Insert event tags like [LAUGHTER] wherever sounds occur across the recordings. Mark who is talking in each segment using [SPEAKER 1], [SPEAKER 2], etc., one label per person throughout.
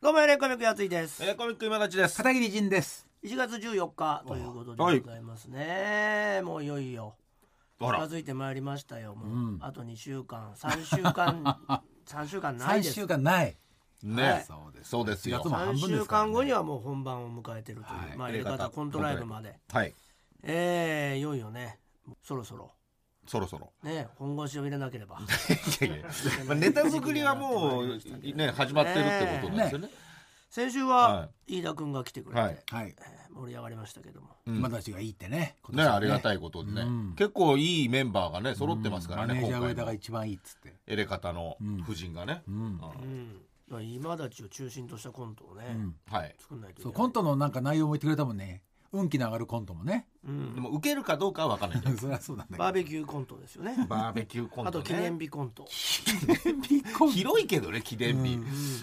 [SPEAKER 1] こんばんは、コミックやついです。
[SPEAKER 2] えー、コミック今立ちです。
[SPEAKER 3] 片桐仁です。
[SPEAKER 1] 1月14日ということでございますね。もういよいよ
[SPEAKER 2] あ
[SPEAKER 1] 近
[SPEAKER 2] ら、
[SPEAKER 1] づいてまいりましたよ。もう、
[SPEAKER 3] うん
[SPEAKER 1] あと2週間、3週
[SPEAKER 2] [LAUGHS]
[SPEAKER 1] 間、3週間ない
[SPEAKER 3] 三
[SPEAKER 1] です
[SPEAKER 3] 週。間ない。
[SPEAKER 2] ね、
[SPEAKER 3] そうです
[SPEAKER 2] そうですよ
[SPEAKER 3] 四月。も
[SPEAKER 1] 3
[SPEAKER 3] 半分で
[SPEAKER 1] 週
[SPEAKER 3] すから
[SPEAKER 1] 間
[SPEAKER 3] ね
[SPEAKER 1] 後にはもう本番を迎えてるという、
[SPEAKER 3] はい
[SPEAKER 1] まあ入
[SPEAKER 2] 入れ
[SPEAKER 1] れ
[SPEAKER 2] 方
[SPEAKER 1] 方コントライブまで、
[SPEAKER 2] はい、
[SPEAKER 1] えー、いよいよね、そろそろ
[SPEAKER 2] そろそろ。
[SPEAKER 1] ね本腰を入れなければ。
[SPEAKER 2] いやいや [LAUGHS] まあ、ネタ作りはもう、
[SPEAKER 3] [LAUGHS]
[SPEAKER 2] ね、始まってるってことなんですよね。
[SPEAKER 1] 先週
[SPEAKER 2] は
[SPEAKER 1] は飯田君が来てくれて、
[SPEAKER 2] はい
[SPEAKER 3] はい。
[SPEAKER 1] えー盛り上がりましたけども、
[SPEAKER 2] うん
[SPEAKER 3] 今たちがいいってね。今
[SPEAKER 2] ね、
[SPEAKER 3] 年は
[SPEAKER 2] ありがたいことでね、
[SPEAKER 3] うん
[SPEAKER 2] 結構いいメンバーがね、揃ってますから
[SPEAKER 3] マ
[SPEAKER 2] ね、
[SPEAKER 3] ネージャー上
[SPEAKER 2] 今回
[SPEAKER 3] 田が
[SPEAKER 2] も。
[SPEAKER 3] 一番いいっつって。
[SPEAKER 2] エレ方の
[SPEAKER 3] うん
[SPEAKER 2] 夫人がね、
[SPEAKER 3] うん
[SPEAKER 2] う。
[SPEAKER 1] うんんまあ今立ちを中心としたコントをね、
[SPEAKER 3] うん
[SPEAKER 2] はい。
[SPEAKER 1] 作んないといけ
[SPEAKER 3] そ
[SPEAKER 1] な
[SPEAKER 3] う
[SPEAKER 1] い
[SPEAKER 3] コントのなんか内容も言ってくれたもんね。運気の上がるコントもね。
[SPEAKER 1] うん
[SPEAKER 2] でも、受けるかどうかは分かんないけど。
[SPEAKER 3] [LAUGHS] そりゃそうなんだけど。
[SPEAKER 1] バーベキューコントですよね
[SPEAKER 2] バーベキューコン
[SPEAKER 1] あ
[SPEAKER 2] ト、
[SPEAKER 1] と
[SPEAKER 2] ね。
[SPEAKER 1] 記念日コント
[SPEAKER 3] キューコント。
[SPEAKER 2] 広いけどね、記念日。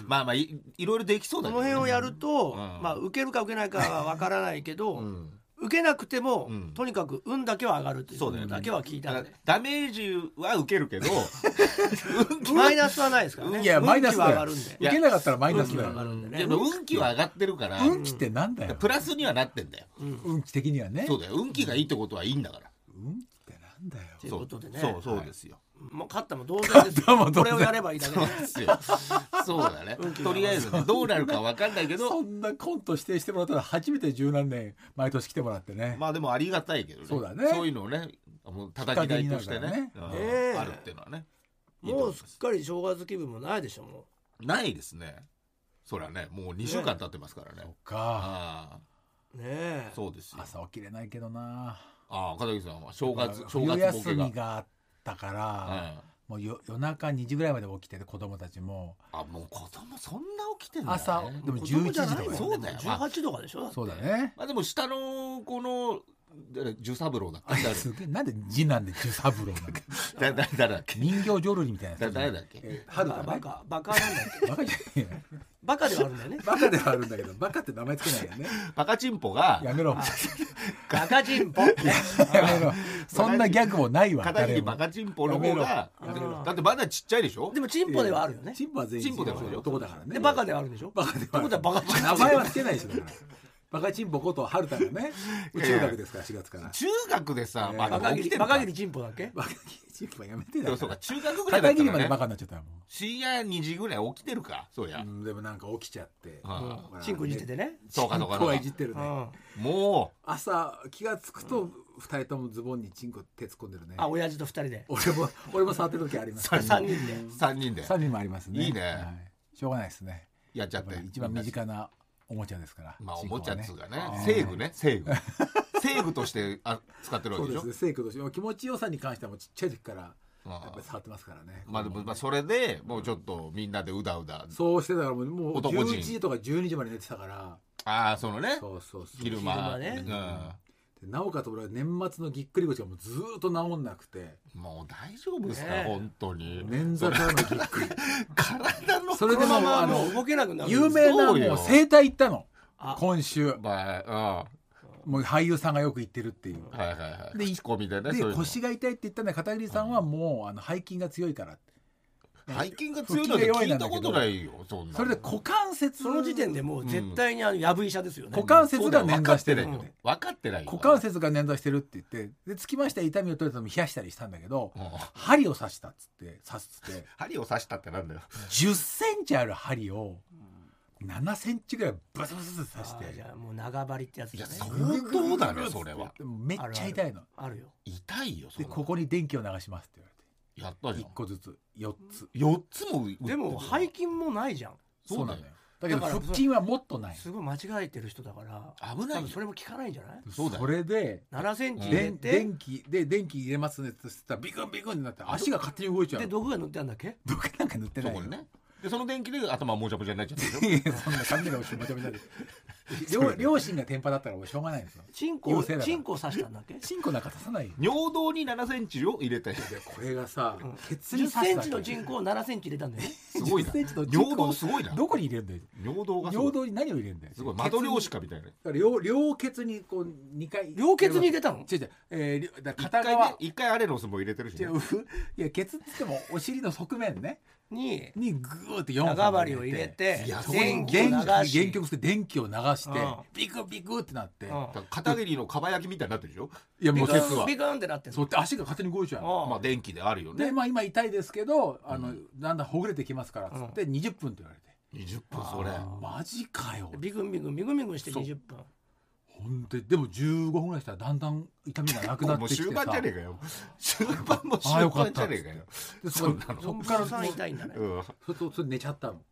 [SPEAKER 2] まあまあ、いいろいろできそう
[SPEAKER 1] こ
[SPEAKER 2] だ
[SPEAKER 1] の
[SPEAKER 2] けどね
[SPEAKER 1] 辺をやると、
[SPEAKER 2] うん
[SPEAKER 1] まあ受けるか受けないかはわからないけど、
[SPEAKER 2] うん
[SPEAKER 1] 受けなくても、
[SPEAKER 2] うん
[SPEAKER 1] とにかく運だけは上がるという
[SPEAKER 2] そうだよね
[SPEAKER 1] だけは聞いた
[SPEAKER 2] だ
[SPEAKER 1] ん
[SPEAKER 2] か
[SPEAKER 1] で
[SPEAKER 2] らダメージは受けるけど
[SPEAKER 1] [LAUGHS] マイナスはないですからね
[SPEAKER 3] いや、マイナス
[SPEAKER 1] 運気は
[SPEAKER 3] だ
[SPEAKER 1] 上が
[SPEAKER 3] よ。
[SPEAKER 1] るん
[SPEAKER 3] 受
[SPEAKER 1] で
[SPEAKER 3] けなかったらマイナ
[SPEAKER 1] 運
[SPEAKER 3] ス
[SPEAKER 1] 気
[SPEAKER 3] だ
[SPEAKER 1] は上がる
[SPEAKER 3] よ。
[SPEAKER 1] んで
[SPEAKER 2] で
[SPEAKER 1] ね
[SPEAKER 2] も運気は上がってるから、
[SPEAKER 3] 運気ってなんだよ。
[SPEAKER 2] プラスにはなってんだよ、
[SPEAKER 3] 運気的にはね。
[SPEAKER 2] そうだよ運気がいいってことはいいんだから、
[SPEAKER 3] 運気ってなんだよ。
[SPEAKER 1] ということでね
[SPEAKER 2] そうそうそうですよ、
[SPEAKER 1] もう勝ったも同然です
[SPEAKER 3] 勝ったも同然
[SPEAKER 1] これをやればいいだけで
[SPEAKER 2] そうですよそうだねとりあえずねどうなるかわかんないけ
[SPEAKER 3] そ
[SPEAKER 2] ど
[SPEAKER 3] んなコント指定してもらったら初めて十何年毎年来てもらってね。
[SPEAKER 2] まあでもありがたいけどね
[SPEAKER 3] そうだね
[SPEAKER 2] いうのをねもう叩き台としてね
[SPEAKER 3] きっ
[SPEAKER 2] うん
[SPEAKER 1] ね
[SPEAKER 2] あるっていうのはねいいと
[SPEAKER 1] も
[SPEAKER 2] 思いうます
[SPEAKER 1] っかり正月気分もないでしょも
[SPEAKER 2] ないですねそりゃねもう2週間経ってますからね
[SPEAKER 3] そっか。
[SPEAKER 2] あ
[SPEAKER 1] うねえ
[SPEAKER 2] あそうですよ
[SPEAKER 3] 朝起きれないけどな。
[SPEAKER 2] ああ片桐さんは正月正
[SPEAKER 3] 冬
[SPEAKER 2] 月ボ
[SPEAKER 3] 休
[SPEAKER 2] ケが
[SPEAKER 3] みがあったから、もうよ夜中2時ぐらいまで起きてて子供たちも
[SPEAKER 2] あもう子供そんな起きてんだ、ね、
[SPEAKER 3] 朝、でも
[SPEAKER 1] 子供
[SPEAKER 3] 11時
[SPEAKER 1] じゃ
[SPEAKER 3] と
[SPEAKER 1] な
[SPEAKER 3] か
[SPEAKER 1] いもん
[SPEAKER 3] よ
[SPEAKER 1] ね
[SPEAKER 2] そうだよ
[SPEAKER 1] でも18とかでしょだって
[SPEAKER 3] そうだね
[SPEAKER 2] まあでも下のこの誰十三郎だっけ
[SPEAKER 3] すげえなんで次男で十
[SPEAKER 1] [LAUGHS]
[SPEAKER 3] 三郎なの
[SPEAKER 2] 誰だ誰誰だっけ
[SPEAKER 3] 人形浄瑠璃みたいな
[SPEAKER 2] だ
[SPEAKER 3] やつ
[SPEAKER 2] 誰だっけ
[SPEAKER 3] え春だ
[SPEAKER 1] バ
[SPEAKER 3] ね
[SPEAKER 1] カバカなんだっけ
[SPEAKER 3] バカじゃねえよ
[SPEAKER 1] バカではあるんだよね
[SPEAKER 3] [LAUGHS] バカではあるんだけどバカって名前つけないよね
[SPEAKER 2] バカチンポが
[SPEAKER 3] やめろ
[SPEAKER 1] バカチ
[SPEAKER 3] [LAUGHS]
[SPEAKER 1] ンポ
[SPEAKER 3] やめろそんなギャグもないわ
[SPEAKER 2] 片
[SPEAKER 3] 誰
[SPEAKER 2] 桐
[SPEAKER 3] も
[SPEAKER 2] バカチンポの方が
[SPEAKER 1] やめろ
[SPEAKER 2] だってまだちっちゃいでしょ
[SPEAKER 1] でもチンポではあるよね
[SPEAKER 3] チンポは全員
[SPEAKER 2] チンポではあるよ
[SPEAKER 3] 男だからね
[SPEAKER 1] でバカではあるんでしょ
[SPEAKER 3] バカではある
[SPEAKER 1] ってことはバカチンポ
[SPEAKER 3] 名前はつけないでしょだからバカチンポこと春田
[SPEAKER 1] [LAUGHS]
[SPEAKER 3] がね宇宙学ですから4月から
[SPEAKER 2] 中学でさ、まあ、
[SPEAKER 1] バカ
[SPEAKER 2] 起
[SPEAKER 1] ギ
[SPEAKER 2] き
[SPEAKER 1] リ
[SPEAKER 2] てる
[SPEAKER 1] バ
[SPEAKER 2] か
[SPEAKER 1] カギリチンポだっけ
[SPEAKER 3] バカチンポはやめて
[SPEAKER 2] で
[SPEAKER 3] だ
[SPEAKER 2] もそう
[SPEAKER 3] か
[SPEAKER 2] から中学ぐらいだ
[SPEAKER 3] 片
[SPEAKER 2] った
[SPEAKER 3] 桐まで
[SPEAKER 2] ら
[SPEAKER 3] バカ
[SPEAKER 2] ね
[SPEAKER 3] になっちゃったよもう
[SPEAKER 2] 深夜2時ぐらい起きてるかそりゃ、
[SPEAKER 3] うんでもなんか起きちゃって
[SPEAKER 2] うん
[SPEAKER 3] ほら
[SPEAKER 1] チンコいじっててね
[SPEAKER 2] そうかそうか
[SPEAKER 3] こ
[SPEAKER 2] そうう
[SPEAKER 3] はい
[SPEAKER 2] か
[SPEAKER 3] じってる
[SPEAKER 1] う
[SPEAKER 3] ね
[SPEAKER 1] ん
[SPEAKER 2] も
[SPEAKER 3] 朝気がつくと二人ともズボンにチンコ手突っ込んでるね
[SPEAKER 1] あ親父と二人で
[SPEAKER 3] 俺も俺も触ってる時あります
[SPEAKER 2] [LAUGHS] 三
[SPEAKER 1] 三人で
[SPEAKER 2] う3人で
[SPEAKER 3] 三人もありますね
[SPEAKER 2] いいね
[SPEAKER 3] はいしょうがないですね
[SPEAKER 2] やっちゃ
[SPEAKER 3] やっ
[SPEAKER 2] っ
[SPEAKER 3] ぱ
[SPEAKER 2] て
[SPEAKER 3] り一番身近なおもちゃですから
[SPEAKER 2] まあお
[SPEAKER 3] チンコ
[SPEAKER 2] も
[SPEAKER 3] は
[SPEAKER 2] ちゃっつうかね
[SPEAKER 3] あー
[SPEAKER 2] セーグねセーグセーグとしてあ使ってるわ
[SPEAKER 3] そ
[SPEAKER 2] け
[SPEAKER 3] う
[SPEAKER 2] でし
[SPEAKER 3] で
[SPEAKER 2] ょ
[SPEAKER 3] すね生徒としても気持ちよさに関してはもうちっちゃい時からや
[SPEAKER 2] うん
[SPEAKER 3] っぱり触ってますからね
[SPEAKER 2] まあでもまあ
[SPEAKER 3] そ
[SPEAKER 2] それでもうちょっとみんなでうだうだ
[SPEAKER 3] そうしてたからもうもう
[SPEAKER 2] 男陣
[SPEAKER 3] 11時とか12時まで寝てたから
[SPEAKER 2] ああそのね
[SPEAKER 3] そうそうそう
[SPEAKER 2] 昼間
[SPEAKER 1] 昼間ね
[SPEAKER 3] でなおかつ俺は年末のぎっくり腰がもうずーっと治んなくて
[SPEAKER 2] うんもう大丈夫ですか、
[SPEAKER 1] ねえ
[SPEAKER 2] 本当に
[SPEAKER 3] 捻挫からのぎっくり
[SPEAKER 2] 体の
[SPEAKER 3] それでも
[SPEAKER 1] こ
[SPEAKER 3] う
[SPEAKER 1] のま
[SPEAKER 3] あ
[SPEAKER 1] まもう
[SPEAKER 3] の
[SPEAKER 1] 動けなくなる
[SPEAKER 3] 有名なも
[SPEAKER 2] そうよ
[SPEAKER 3] う整体行ったの
[SPEAKER 1] あ
[SPEAKER 3] 今週
[SPEAKER 2] まあ
[SPEAKER 3] もう俳優さんがよく行ってるっていう
[SPEAKER 2] うんはいはいはい
[SPEAKER 3] で
[SPEAKER 2] 口コミでね
[SPEAKER 3] で
[SPEAKER 2] そういうの
[SPEAKER 3] 腰が痛いって言ったんで片桐さんはもうあの背筋が強いからって
[SPEAKER 2] 背筋が強いなんて聞いたことないよそんなの
[SPEAKER 3] それで股関節
[SPEAKER 1] その時点でもう絶対にあのやぶ医者ですよね
[SPEAKER 3] 股関節が捻
[SPEAKER 2] 分か
[SPEAKER 3] 挫
[SPEAKER 2] っ
[SPEAKER 3] して
[SPEAKER 2] て
[SPEAKER 3] る
[SPEAKER 2] ない
[SPEAKER 3] の
[SPEAKER 2] よ分かってないよ
[SPEAKER 3] 股関節が捻挫してるって言ってでつきまして痛みを取れたのも冷やしたりしたんだけど
[SPEAKER 2] うん
[SPEAKER 3] 針を刺したっつって刺すっつって
[SPEAKER 2] 針を刺したってなんだよ
[SPEAKER 3] 10センチある針を7センチぐらいブスブスブス
[SPEAKER 1] あ
[SPEAKER 3] 刺し
[SPEAKER 1] ーじ
[SPEAKER 3] て
[SPEAKER 1] ゃあもう長針ってやつ
[SPEAKER 2] い
[SPEAKER 1] だ
[SPEAKER 2] や
[SPEAKER 1] ね
[SPEAKER 2] 相
[SPEAKER 3] ぐ
[SPEAKER 2] 当
[SPEAKER 3] るぐる
[SPEAKER 2] だ
[SPEAKER 3] ぐる
[SPEAKER 2] ね
[SPEAKER 3] っつって
[SPEAKER 2] それは
[SPEAKER 3] めっちゃ痛いの
[SPEAKER 1] あるよ
[SPEAKER 2] 痛いよそ
[SPEAKER 3] で
[SPEAKER 2] んなの
[SPEAKER 3] ここに電気を流しますって
[SPEAKER 2] やった
[SPEAKER 3] 言われ
[SPEAKER 2] じゃ
[SPEAKER 3] て
[SPEAKER 2] ん
[SPEAKER 3] 1個ずつ4つ
[SPEAKER 2] 4つも打ってる
[SPEAKER 1] でも背筋もないじゃん
[SPEAKER 3] そ
[SPEAKER 2] そううだ
[SPEAKER 3] な
[SPEAKER 2] よ
[SPEAKER 3] のよだけど
[SPEAKER 1] だから
[SPEAKER 3] 腹筋はもっとない
[SPEAKER 1] すごい間違えてる人だから
[SPEAKER 2] 危な
[SPEAKER 1] 多分
[SPEAKER 2] いよ
[SPEAKER 1] それも効かないんじゃない
[SPEAKER 2] そうだよ
[SPEAKER 3] それで
[SPEAKER 1] 7センチ入れ
[SPEAKER 3] で
[SPEAKER 1] て
[SPEAKER 3] 電気で電気入れますねって言ったらビクンビクンになって足が勝手に動いちゃう
[SPEAKER 1] で
[SPEAKER 3] ど
[SPEAKER 1] 毒が塗ってあるんだっけ
[SPEAKER 3] っかなんか塗って
[SPEAKER 2] そ
[SPEAKER 3] ない
[SPEAKER 2] こ
[SPEAKER 3] よ [LAUGHS]
[SPEAKER 2] にねでその電気で頭もじゃもじゃになっちゃったでしょ [LAUGHS]
[SPEAKER 3] いやそんな髪の毛もしもちゃもちゃで両両親が天パだったらもうしょうがないんですよ。
[SPEAKER 1] チンコ
[SPEAKER 3] 優
[SPEAKER 1] を
[SPEAKER 3] 勢だから
[SPEAKER 1] チンコを刺したんだっけ
[SPEAKER 3] チンコなんか刺さないよ。
[SPEAKER 2] 尿道に7センチを入れて
[SPEAKER 3] でこれがさ、ケツに
[SPEAKER 1] 10
[SPEAKER 3] 刺
[SPEAKER 1] セ
[SPEAKER 3] す
[SPEAKER 1] ンチ
[SPEAKER 3] だけ
[SPEAKER 1] のチンコを7センチ入れたんだよね
[SPEAKER 2] すごい
[SPEAKER 3] [LAUGHS] 10
[SPEAKER 2] な
[SPEAKER 3] センチのチンコ
[SPEAKER 2] 尿道すごいな
[SPEAKER 3] どこに入れるんだよ。
[SPEAKER 2] 尿道がすごい
[SPEAKER 3] 尿道に何を入れるんだよ。
[SPEAKER 2] すごい窓漁師かみたいな
[SPEAKER 3] だから両両ケツにこう二
[SPEAKER 1] [LAUGHS]
[SPEAKER 3] 回
[SPEAKER 1] 両ケツに入れたの
[SPEAKER 3] 違う違う、えーりょ、だから
[SPEAKER 2] 一
[SPEAKER 3] 片
[SPEAKER 2] 回ね
[SPEAKER 3] 側
[SPEAKER 2] 一回アレロスも入れてるし
[SPEAKER 3] 違
[SPEAKER 2] ね
[SPEAKER 3] ういやケツっつってもお尻の側面ね
[SPEAKER 1] に
[SPEAKER 3] にグーって四本
[SPEAKER 1] 長針を入れて
[SPEAKER 2] いやそこ
[SPEAKER 1] 電
[SPEAKER 2] に
[SPEAKER 1] 気を流
[SPEAKER 3] 電気
[SPEAKER 1] し
[SPEAKER 3] 原曲して電気を流して
[SPEAKER 1] うん
[SPEAKER 3] ビクビクってなって
[SPEAKER 1] うん
[SPEAKER 2] だから片桐のかば焼きみたいになってるでしょ
[SPEAKER 3] いやも
[SPEAKER 1] ビ
[SPEAKER 3] う
[SPEAKER 1] ク
[SPEAKER 3] ケツ
[SPEAKER 1] ン
[SPEAKER 3] は
[SPEAKER 1] ビクンってなってんの
[SPEAKER 3] そうって足が勝手に動いちゃうの
[SPEAKER 2] まあ
[SPEAKER 1] う
[SPEAKER 2] 電気であるよ
[SPEAKER 3] で
[SPEAKER 2] ね
[SPEAKER 3] まあ今痛いですけどあのだんだんほぐれてきますからっつって20分って言われて
[SPEAKER 2] 20分それ
[SPEAKER 3] マジかよ
[SPEAKER 1] んビクンビクンビクンビクンして
[SPEAKER 3] そう
[SPEAKER 1] 20分
[SPEAKER 3] 本当にでも15分ぐらいしたらだんだん痛みがなくなっ
[SPEAKER 2] もう
[SPEAKER 3] てきて
[SPEAKER 2] 終盤じゃ
[SPEAKER 3] さ
[SPEAKER 2] ねえかよ終盤も終
[SPEAKER 3] ああよか
[SPEAKER 2] 盤
[SPEAKER 3] っ
[SPEAKER 2] じ
[SPEAKER 3] た
[SPEAKER 2] ゃ
[SPEAKER 3] っつ
[SPEAKER 2] ねえ
[SPEAKER 3] って
[SPEAKER 2] かよ
[SPEAKER 3] でそ
[SPEAKER 1] そ
[SPEAKER 3] そ
[SPEAKER 1] っ
[SPEAKER 3] っ
[SPEAKER 1] か
[SPEAKER 3] からら
[SPEAKER 1] さん痛いんだね
[SPEAKER 2] うん
[SPEAKER 3] そそそれ寝ちゃったの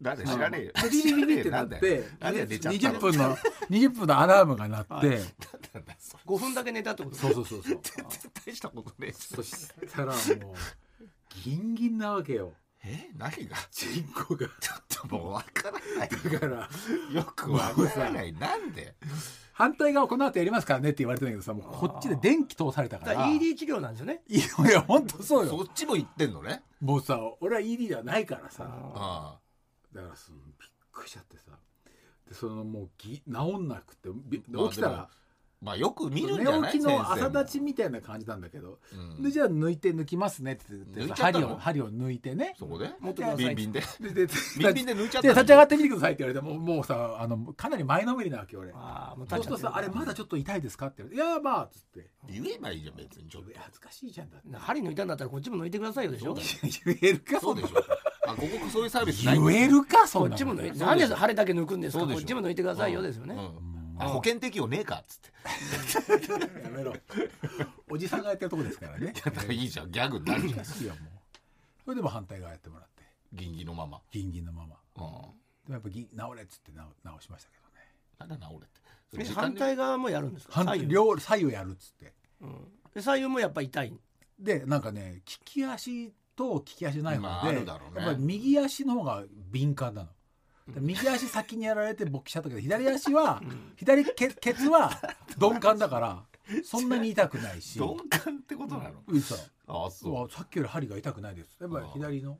[SPEAKER 2] なんで知らねえよ
[SPEAKER 3] でビリビリって
[SPEAKER 2] 知らねえよ
[SPEAKER 3] なっ
[SPEAKER 2] んだ
[SPEAKER 3] て
[SPEAKER 2] よなんで寝ちゃった
[SPEAKER 3] 20分の20分のアラームが鳴って、
[SPEAKER 2] なんだよそれ
[SPEAKER 1] 5分だけ寝たってこと
[SPEAKER 3] そうそうそうそう
[SPEAKER 2] 大したことねえし
[SPEAKER 3] そしたらもうギンギンなわけよ
[SPEAKER 2] え何が
[SPEAKER 3] チンコが
[SPEAKER 2] もうわから
[SPEAKER 3] [LAUGHS]
[SPEAKER 2] ない
[SPEAKER 3] だから
[SPEAKER 2] よくわからないなんで
[SPEAKER 3] 反対側この後やりますからねって言われてんだけどさもうこっちで電気通されたか
[SPEAKER 1] だからら ED 治療なんですよね
[SPEAKER 3] いやいや本当そう
[SPEAKER 2] そ
[SPEAKER 3] よ
[SPEAKER 2] っちも言ってんのね
[SPEAKER 3] もうさ俺は ED ではないからさ
[SPEAKER 2] あ
[SPEAKER 3] だからそのびっくりしちゃってさでそのもうぎ治んなくてび
[SPEAKER 2] まあ
[SPEAKER 3] 起きた
[SPEAKER 2] でも
[SPEAKER 3] ら
[SPEAKER 2] あまあよく見
[SPEAKER 3] 寝
[SPEAKER 2] るんじゃない
[SPEAKER 3] 起きの朝
[SPEAKER 2] 先生も
[SPEAKER 3] 立ちみたいな感じなんだけど、
[SPEAKER 2] うん
[SPEAKER 3] でじゃあ抜いて抜きますねって言って
[SPEAKER 2] 抜い
[SPEAKER 3] さ
[SPEAKER 2] ちゃった
[SPEAKER 3] 針
[SPEAKER 2] の
[SPEAKER 3] を針を抜いてね
[SPEAKER 2] そこで
[SPEAKER 1] 持ってください
[SPEAKER 2] ビンビ
[SPEAKER 3] [LAUGHS]
[SPEAKER 2] ンで
[SPEAKER 3] でで
[SPEAKER 2] ビンビンで抜いちゃった
[SPEAKER 3] で立ち上がってみてくださいって言われてもうもうさあのかなり前のめりなわけ俺
[SPEAKER 1] ああもう
[SPEAKER 3] そう
[SPEAKER 1] 立
[SPEAKER 3] す
[SPEAKER 1] っ
[SPEAKER 3] る
[SPEAKER 1] ちゃってる
[SPEAKER 3] とさあれまだちょっと痛いですかって言われていやまあっつって
[SPEAKER 2] 言えばいいじゃん別にちょっと
[SPEAKER 3] いや恥ずかしいじゃんだって
[SPEAKER 1] 針抜いたんだったらこっちも抜いてくださいよでしょ
[SPEAKER 3] 言えるか
[SPEAKER 2] そうでしょあここそういうサービスない
[SPEAKER 3] 言えるかそ
[SPEAKER 1] こ
[SPEAKER 3] ん
[SPEAKER 1] っ
[SPEAKER 3] な
[SPEAKER 1] ちも抜い
[SPEAKER 3] て
[SPEAKER 1] てなんで針だけ抜くんです
[SPEAKER 2] そ
[SPEAKER 1] か
[SPEAKER 2] うで
[SPEAKER 1] こ
[SPEAKER 2] しょ
[SPEAKER 1] っちも抜いてくださいよですよね
[SPEAKER 2] うんあ保険適用ねえかっつって
[SPEAKER 3] やめろおじさんがやってるとこですからね
[SPEAKER 2] だったらいいじゃんギャグにな
[SPEAKER 3] [LAUGHS]
[SPEAKER 2] るじゃん
[SPEAKER 3] いいよもうそれでも反対側やってもらって
[SPEAKER 2] ギンギンのまま
[SPEAKER 3] ギンギンのまま
[SPEAKER 2] うん
[SPEAKER 3] でもやっぱぎ治れっつって直直しましたけどね
[SPEAKER 2] なんだな俺ってそれ
[SPEAKER 1] え
[SPEAKER 2] 時間
[SPEAKER 1] 反
[SPEAKER 2] で
[SPEAKER 1] 対側もやるんですか
[SPEAKER 3] 反
[SPEAKER 1] 左
[SPEAKER 3] 対
[SPEAKER 1] 右
[SPEAKER 3] 両左右やるっつって
[SPEAKER 1] うんで左右もやっぱ痛い
[SPEAKER 3] でなんかね利き足と利き足ない
[SPEAKER 2] まあ
[SPEAKER 3] 方
[SPEAKER 2] あ
[SPEAKER 3] で、
[SPEAKER 2] るだろうね
[SPEAKER 3] やっぱり右足の方が敏感なの。右足先にやられて勃起しちゃったけど左足は左ケケツ
[SPEAKER 2] [LAUGHS]
[SPEAKER 3] は鈍感だからそんなに痛くないし
[SPEAKER 2] 鈍感ってことなの
[SPEAKER 3] うんそう
[SPEAKER 2] あそう
[SPEAKER 3] うわさっきより針が痛くないですやっぱり左の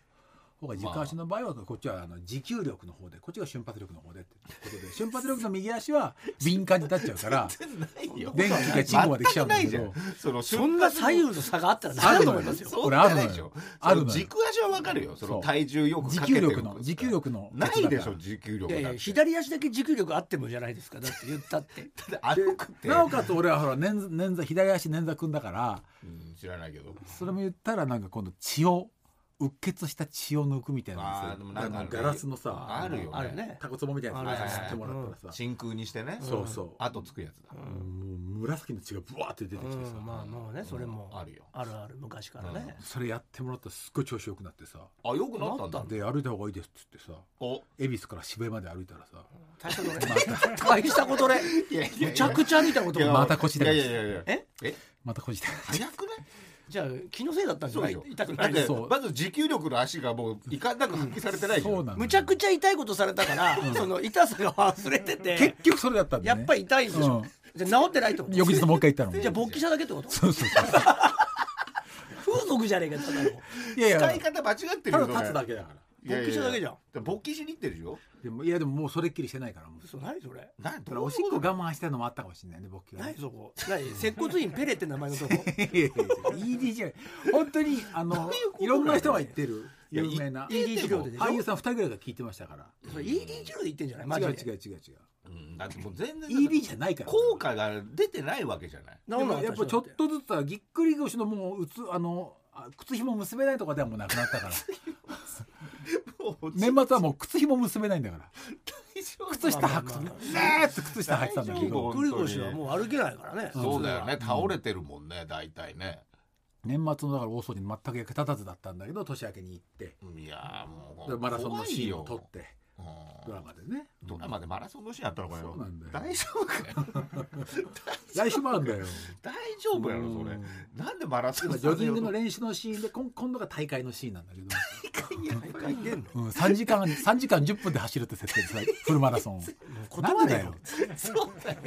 [SPEAKER 3] 方が軸足の場合はこっちはあの持久力の方でこっちが瞬発力の方でってことで瞬発力の右
[SPEAKER 2] [LAUGHS]
[SPEAKER 3] 足は敏感になっちゃうから
[SPEAKER 2] ないよ
[SPEAKER 3] 電気がチンコまで来ちゃうんだけ
[SPEAKER 2] 全く
[SPEAKER 3] ど
[SPEAKER 2] ないじゃんその
[SPEAKER 1] そんな左右の差があったら何だと思いますよ
[SPEAKER 2] そうじゃないでしょ
[SPEAKER 3] あ
[SPEAKER 2] あ
[SPEAKER 3] る
[SPEAKER 2] る
[SPEAKER 3] のよ
[SPEAKER 2] 軸足はわかるよそ
[SPEAKER 3] そ
[SPEAKER 2] の
[SPEAKER 3] う
[SPEAKER 2] 体重よく
[SPEAKER 3] 持
[SPEAKER 2] かけて
[SPEAKER 3] 久
[SPEAKER 2] る
[SPEAKER 3] 力の持久力の
[SPEAKER 2] ないでしょ
[SPEAKER 3] ケツだか
[SPEAKER 2] 持久
[SPEAKER 1] い
[SPEAKER 2] 力
[SPEAKER 1] やい
[SPEAKER 2] な
[SPEAKER 1] や
[SPEAKER 2] んて [LAUGHS]
[SPEAKER 1] 左足だけ持久力あってもじゃないですかだって言ったって
[SPEAKER 2] だって歩くって
[SPEAKER 3] らなおかつ俺はほら捻挫捻挫左足捻挫くんだから
[SPEAKER 2] うん知らないけど
[SPEAKER 3] それも言ったらなんか今度血をうっ血した血を抜くみたい
[SPEAKER 2] あ
[SPEAKER 3] な
[SPEAKER 2] ーでもな
[SPEAKER 3] の
[SPEAKER 2] んかあるね
[SPEAKER 3] ガラスのさ
[SPEAKER 2] あるよ
[SPEAKER 1] あるよね
[SPEAKER 3] タコツボみたいなやつ吸ってもらったらさ、
[SPEAKER 2] 真空にしてね
[SPEAKER 3] そうそう
[SPEAKER 2] 後つくやつだ
[SPEAKER 3] もう紫の血がブワーって出て
[SPEAKER 1] う
[SPEAKER 3] きてさ、
[SPEAKER 1] んまあまあねそれも
[SPEAKER 2] うんあるよ
[SPEAKER 1] あるある昔からね
[SPEAKER 3] それやってもらったらすっごい調子よくなってさ
[SPEAKER 2] あよくなったん
[SPEAKER 1] な
[SPEAKER 2] だ
[SPEAKER 3] で歩いた方がいいですっつってさ
[SPEAKER 2] お
[SPEAKER 3] 恵比寿から渋谷まで歩いたらさ
[SPEAKER 1] 大したことね大したことね
[SPEAKER 2] [LAUGHS] いやい
[SPEAKER 1] めちゃくちゃ歩いたこと
[SPEAKER 2] いや
[SPEAKER 1] も
[SPEAKER 3] また腰だ
[SPEAKER 2] いやいやいやいや
[SPEAKER 1] え
[SPEAKER 2] え
[SPEAKER 3] またこじて
[SPEAKER 2] 早くない
[SPEAKER 1] じゃあ気のせいだったんじゃ
[SPEAKER 2] そう
[SPEAKER 1] な
[SPEAKER 2] で
[SPEAKER 1] い
[SPEAKER 2] しょ
[SPEAKER 1] 痛くない
[SPEAKER 2] だって
[SPEAKER 3] そう
[SPEAKER 2] まず持久力の足がもういかんなく発揮されてないじゃん
[SPEAKER 3] そうなの
[SPEAKER 1] むちゃくちゃ痛いことされたからその痛さが忘れてて
[SPEAKER 3] 結局それだったんだ
[SPEAKER 1] や
[SPEAKER 3] よね
[SPEAKER 1] っぱり痛いんでしょじゃあ治ってないってこと
[SPEAKER 3] 翌日もう一回行ったの
[SPEAKER 1] じゃあ勃起しただけってこと
[SPEAKER 3] そうそうそう
[SPEAKER 1] 風俗じゃねえかただの
[SPEAKER 3] いやいや
[SPEAKER 2] 使い方間違ってる
[SPEAKER 3] ただ
[SPEAKER 2] よ
[SPEAKER 3] 立つだけだから
[SPEAKER 1] 勃起しただけじゃん
[SPEAKER 2] ん勃起しに行ってるでしょ
[SPEAKER 3] でもいやでももうそれっきりしてないからもう
[SPEAKER 1] 嘘何それ
[SPEAKER 2] なん
[SPEAKER 3] だからおしっこ我慢したのもあったかもしれないね僕が
[SPEAKER 1] 何そこ何接骨院ペレって名前のとこ
[SPEAKER 3] EDJ 本当にあのいろんな人が言ってる
[SPEAKER 2] いや
[SPEAKER 3] 有名な
[SPEAKER 2] 言って
[SPEAKER 1] ED 治療ででしょ
[SPEAKER 3] 俳優さん2人ぐらいが聞いてましたから
[SPEAKER 1] それ ED 治療で言ってんじゃないマジ
[SPEAKER 3] 違う
[SPEAKER 1] で
[SPEAKER 3] 違う違う違う
[SPEAKER 2] うんだってもう全然
[SPEAKER 3] ED じゃないから
[SPEAKER 2] 効果が出てないわけじゃない
[SPEAKER 1] 治
[SPEAKER 3] で
[SPEAKER 1] んな
[SPEAKER 3] も
[SPEAKER 1] か
[SPEAKER 3] やっぱちょっとずつはぎっくり腰のもううつあのあ靴紐結べないとかではもうなくなったから年末はもう靴紐結べないんだから靴下履くと
[SPEAKER 1] まあま
[SPEAKER 3] ね
[SPEAKER 1] あま
[SPEAKER 3] ーっと靴下履いてたんだけ
[SPEAKER 2] 大丈
[SPEAKER 1] ぎ
[SPEAKER 2] 夫
[SPEAKER 1] っ
[SPEAKER 3] ど
[SPEAKER 1] くり腰はもう歩けないからね
[SPEAKER 2] そうだよね倒れてるもんね大体ね
[SPEAKER 3] 年末のだから大掃除に全く役立たずだったんだけど年明けに行って
[SPEAKER 2] いやーも
[SPEAKER 3] で
[SPEAKER 2] う
[SPEAKER 3] マラソンのシーンを撮
[SPEAKER 2] 怖
[SPEAKER 3] っ
[SPEAKER 2] いよ
[SPEAKER 3] て
[SPEAKER 2] うん
[SPEAKER 3] ドラマでね
[SPEAKER 2] ドラマでマラソンのシーンあったのかよ
[SPEAKER 3] そうなんだよ
[SPEAKER 2] 大丈夫かよ
[SPEAKER 3] 来週もあるんだよ
[SPEAKER 2] 大丈夫やろそれなんでマラソン
[SPEAKER 3] ジョギングの練習のシーンで今今度が大会のシーンなんだけど
[SPEAKER 2] 練習回出んの
[SPEAKER 3] うん、3時間三時間10分で走るって設定ですねフルマラソン
[SPEAKER 1] 断れ
[SPEAKER 3] なん
[SPEAKER 1] よ。そうだよ。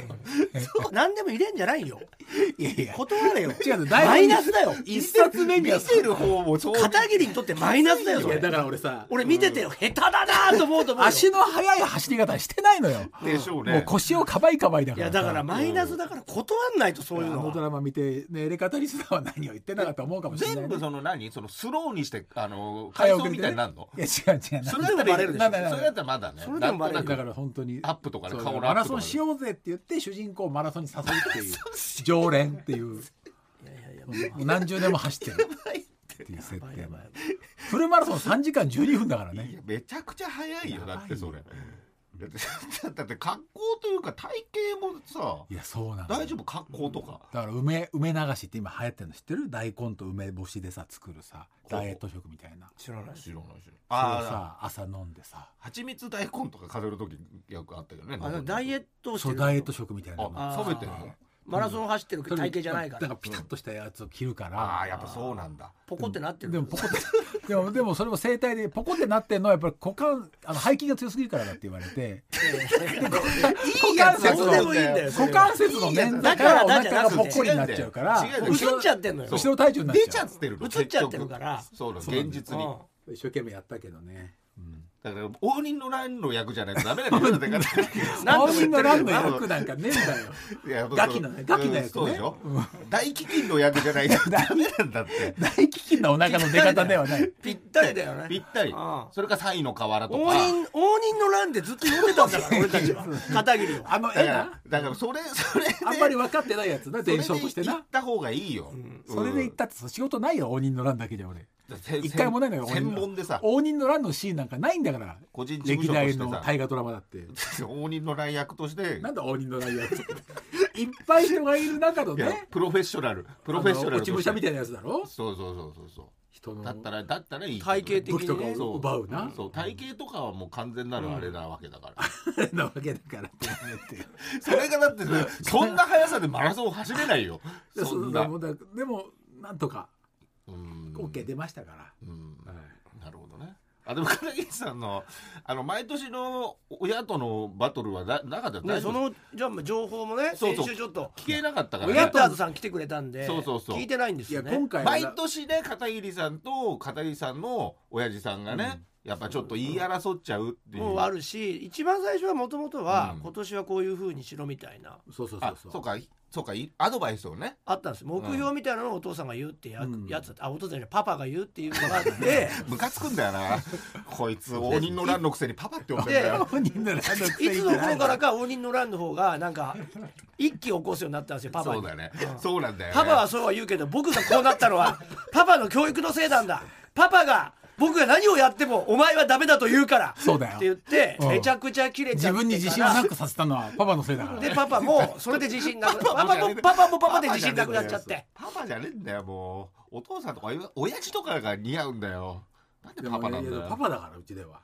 [SPEAKER 1] そう何でも入れんじゃないよ。
[SPEAKER 3] [LAUGHS] いやいや
[SPEAKER 1] 断れよ。
[SPEAKER 3] 違う
[SPEAKER 1] マイナスだよ。
[SPEAKER 3] 一冊目には
[SPEAKER 2] 見てる方もそう
[SPEAKER 1] 片桐にとってマイナスだよ、そ
[SPEAKER 3] いやだ
[SPEAKER 1] れ。
[SPEAKER 3] から俺さ
[SPEAKER 1] 俺見ててよ、下手だなと思うと思うよ。
[SPEAKER 3] 足の速い走り方してないのよ、
[SPEAKER 2] でしょう
[SPEAKER 3] もう
[SPEAKER 2] ね
[SPEAKER 3] 腰をかばいかばいだ
[SPEAKER 1] い
[SPEAKER 3] から
[SPEAKER 1] や、
[SPEAKER 3] さ
[SPEAKER 1] だからマイナスだから断んないと、そういう
[SPEAKER 3] あ
[SPEAKER 1] の
[SPEAKER 3] のド
[SPEAKER 1] は。
[SPEAKER 3] ラマ見て、ね、レカタリスナーは何を言ってんだかと思うかもしれないね、
[SPEAKER 2] 全部その何そのスローにしてあの回想みたいになる
[SPEAKER 3] [LAUGHS]
[SPEAKER 2] の
[SPEAKER 3] いや違う違う
[SPEAKER 2] それだったら
[SPEAKER 1] バレるでし
[SPEAKER 3] ょ
[SPEAKER 2] それだったらまだね
[SPEAKER 1] それでもバレる
[SPEAKER 2] なんとな
[SPEAKER 3] だか
[SPEAKER 2] く
[SPEAKER 3] ら本当に
[SPEAKER 2] アップとかで
[SPEAKER 3] そう
[SPEAKER 2] 顔のアップとかで
[SPEAKER 3] マラソンしようぜって言って主人公をマラソンに誘うっていう常連っていう
[SPEAKER 1] いやいやいやもう
[SPEAKER 3] もう何十年も走ってる
[SPEAKER 2] い
[SPEAKER 3] っていう設
[SPEAKER 1] やばい
[SPEAKER 3] 定
[SPEAKER 1] やばい
[SPEAKER 3] フルマラソン3時間12分だからね
[SPEAKER 2] やめちゃくちゃ早いよ
[SPEAKER 3] やばい
[SPEAKER 2] だ
[SPEAKER 3] よ
[SPEAKER 2] ってそれだってだって格好というか体型も
[SPEAKER 3] いやそうなん
[SPEAKER 2] さ
[SPEAKER 3] だ
[SPEAKER 2] 大丈夫格好とか
[SPEAKER 3] だから梅梅流しって今流行ってるの知ってる大根と梅干しでさ作るさ
[SPEAKER 2] ほう
[SPEAKER 3] ダイエット食みたいな
[SPEAKER 1] 知らない。
[SPEAKER 2] 知らないし
[SPEAKER 3] それを
[SPEAKER 2] ああ
[SPEAKER 3] さ朝飲んでさ
[SPEAKER 2] 蜂蜜大根とか飾る時よくあったけどね
[SPEAKER 1] あのダイエ
[SPEAKER 2] ッ
[SPEAKER 1] ットをして
[SPEAKER 3] そう
[SPEAKER 1] る
[SPEAKER 3] ダイエット食みたいなの
[SPEAKER 2] あ
[SPEAKER 1] あー
[SPEAKER 2] 冷めてるの
[SPEAKER 1] マラソン走ってる体型じゃないから
[SPEAKER 3] だからピタッとしたやつを着るから、
[SPEAKER 2] ああやっぱそうなんだ
[SPEAKER 1] ポコってなってる
[SPEAKER 3] でもポコってでもでもそれも整体でポコってなってんのはやっぱり股関あの背筋が強すぎるからだって言われて
[SPEAKER 2] い
[SPEAKER 3] やつだ
[SPEAKER 1] どうでもいいんだよそ
[SPEAKER 3] 股
[SPEAKER 1] れは
[SPEAKER 3] 関節の
[SPEAKER 1] だ
[SPEAKER 3] ね
[SPEAKER 1] か
[SPEAKER 3] だかららお
[SPEAKER 1] だじゃなく
[SPEAKER 3] 腹が
[SPEAKER 1] て
[SPEAKER 3] ぽっこりになっちゃうから
[SPEAKER 2] 違う違う
[SPEAKER 1] 映っちゃ
[SPEAKER 3] 後
[SPEAKER 1] ってんのよ
[SPEAKER 2] そう
[SPEAKER 3] ろ体重になっ
[SPEAKER 2] 出
[SPEAKER 3] ち
[SPEAKER 2] ちゃ
[SPEAKER 3] ゃ
[SPEAKER 2] っ
[SPEAKER 3] う
[SPEAKER 2] てるの
[SPEAKER 1] 映っちゃってるから
[SPEAKER 2] 結局そうだ
[SPEAKER 3] そうなん
[SPEAKER 2] 現
[SPEAKER 3] だよ
[SPEAKER 2] 実に
[SPEAKER 3] 一生懸命やったけどね、うん、
[SPEAKER 2] だから応仁の乱の役じゃないとダメなんだよだから
[SPEAKER 1] 何
[SPEAKER 3] 青
[SPEAKER 1] 度も言
[SPEAKER 3] 人
[SPEAKER 1] ってるけど
[SPEAKER 3] の乱の役なんかねえんだよ
[SPEAKER 2] いやそう
[SPEAKER 3] [LAUGHS] ガキのねガキの役ね
[SPEAKER 2] そうでしょ大飢饉の役じゃない
[SPEAKER 3] [LAUGHS]
[SPEAKER 2] とダメなんだって
[SPEAKER 3] 大飢饉なお腹の出方ではない
[SPEAKER 1] ぴったりだよね
[SPEAKER 2] ぴったり
[SPEAKER 1] うん
[SPEAKER 2] それか3位の河原とか
[SPEAKER 1] 応仁応仁の乱でずっと読んでたんだ
[SPEAKER 2] [LAUGHS]
[SPEAKER 1] から俺たちは片桐を
[SPEAKER 3] [LAUGHS] あの
[SPEAKER 2] だ
[SPEAKER 3] 絵
[SPEAKER 2] か
[SPEAKER 3] な
[SPEAKER 2] らだからそれそれで
[SPEAKER 3] あんまり分かってないやつだ
[SPEAKER 2] それ
[SPEAKER 3] 伝
[SPEAKER 2] で
[SPEAKER 3] 承として
[SPEAKER 2] 行っ
[SPEAKER 3] な
[SPEAKER 2] た方がいいよ
[SPEAKER 3] それで行ったって仕事ないよ応仁の乱だけじゃ俺
[SPEAKER 2] うん
[SPEAKER 3] 一回もないのよ
[SPEAKER 2] 専門でさ
[SPEAKER 3] 応仁の乱のシーンなんかないんだから
[SPEAKER 2] 個人事務所
[SPEAKER 3] 歴
[SPEAKER 2] と
[SPEAKER 3] 代
[SPEAKER 2] して
[SPEAKER 3] の
[SPEAKER 2] さ
[SPEAKER 3] 大河ドラマだって
[SPEAKER 2] [LAUGHS] 応仁の乱役として
[SPEAKER 3] なんだ応仁の乱やつ [LAUGHS] いっぱい人がいる中の
[SPEAKER 2] いや
[SPEAKER 3] ね
[SPEAKER 2] プロフェッショナルプロフェッショナル
[SPEAKER 3] あの落ち武者みた
[SPEAKER 2] い
[SPEAKER 3] いなやつだろ
[SPEAKER 2] そうそうそうそうそ
[SPEAKER 3] 人
[SPEAKER 2] う
[SPEAKER 3] の
[SPEAKER 2] だったらだったらいいけど
[SPEAKER 1] 体型的
[SPEAKER 3] 武器と
[SPEAKER 1] に
[SPEAKER 3] か
[SPEAKER 1] ね
[SPEAKER 3] を奪うな
[SPEAKER 2] そう体型とかはもう完全なるあれなわけだから、
[SPEAKER 3] あ [LAUGHS] れなわけだからって思って
[SPEAKER 2] [LAUGHS] それがだってねそんな速さでマラソン走れないよ
[SPEAKER 3] で
[SPEAKER 2] そんな
[SPEAKER 3] そうだもんだでもなんとか
[SPEAKER 2] うん
[SPEAKER 3] OK 出ましたから、
[SPEAKER 2] うん
[SPEAKER 3] はい
[SPEAKER 2] なるほどねあでも片桐さんのあの毎年の親とのバトルはななかったよ
[SPEAKER 1] ね
[SPEAKER 2] 大丈
[SPEAKER 1] そ
[SPEAKER 2] 夫
[SPEAKER 1] のじゃあまあ情報もね
[SPEAKER 2] そ
[SPEAKER 1] 先
[SPEAKER 2] うそう
[SPEAKER 1] 週ちょっと
[SPEAKER 2] 聞けなかったから、
[SPEAKER 1] 親とあずさん来てくれたんで
[SPEAKER 2] そうそうそう
[SPEAKER 1] 聞いてないんです
[SPEAKER 3] い
[SPEAKER 1] よ
[SPEAKER 3] や
[SPEAKER 1] ね
[SPEAKER 3] 今回は
[SPEAKER 2] 毎年ね片桐さんと片桐さんの親父さんがね、やっぱちょっと言い争っちゃうっていう
[SPEAKER 1] もうあるし一番最初はもともとは
[SPEAKER 2] うん
[SPEAKER 1] 今年はこういうふうにしろみたいな
[SPEAKER 3] そうそうそ
[SPEAKER 2] あ
[SPEAKER 3] うそう
[SPEAKER 2] そうかそうかいアドバイスをね
[SPEAKER 1] あったんです目標みたいなのをお父さんが言うってや,、
[SPEAKER 3] うん
[SPEAKER 1] やつだったあお父さんじゃないパパが言うっていうのが
[SPEAKER 2] [LAUGHS]
[SPEAKER 1] あって
[SPEAKER 2] ムカつくんだ
[SPEAKER 1] [LAUGHS]
[SPEAKER 2] よなこいつ応仁の乱のくせにパパって呼んでんだよ
[SPEAKER 3] 応仁の乱の
[SPEAKER 1] いつの頃からか応仁の乱の方がなんか一気起こすようになったんですよパパ
[SPEAKER 2] そ
[SPEAKER 1] に
[SPEAKER 2] うだね、そうなんだよ、ね、
[SPEAKER 1] パパはそうは言うけど僕がこうなったの
[SPEAKER 2] [LAUGHS]
[SPEAKER 1] はパパの教育のせいなんだパパが僕が何をやってもお前はダメだと言うから
[SPEAKER 3] そうだよ
[SPEAKER 1] って言って
[SPEAKER 3] うん
[SPEAKER 1] めちゃくちゃ切れちゃってから
[SPEAKER 3] 自分に自信をなくさせたのはパパのせいだから
[SPEAKER 1] でパパもそれで自信なくパパも
[SPEAKER 2] [LAUGHS]
[SPEAKER 1] パパもパパで自信なくなっちゃって
[SPEAKER 2] パパじゃねえんだよもうお父さんとか親父とかが似合うんだよなんで
[SPEAKER 3] で
[SPEAKER 2] パ
[SPEAKER 3] も
[SPEAKER 2] パなんだ
[SPEAKER 3] いや
[SPEAKER 2] よ
[SPEAKER 3] パパだからうちでは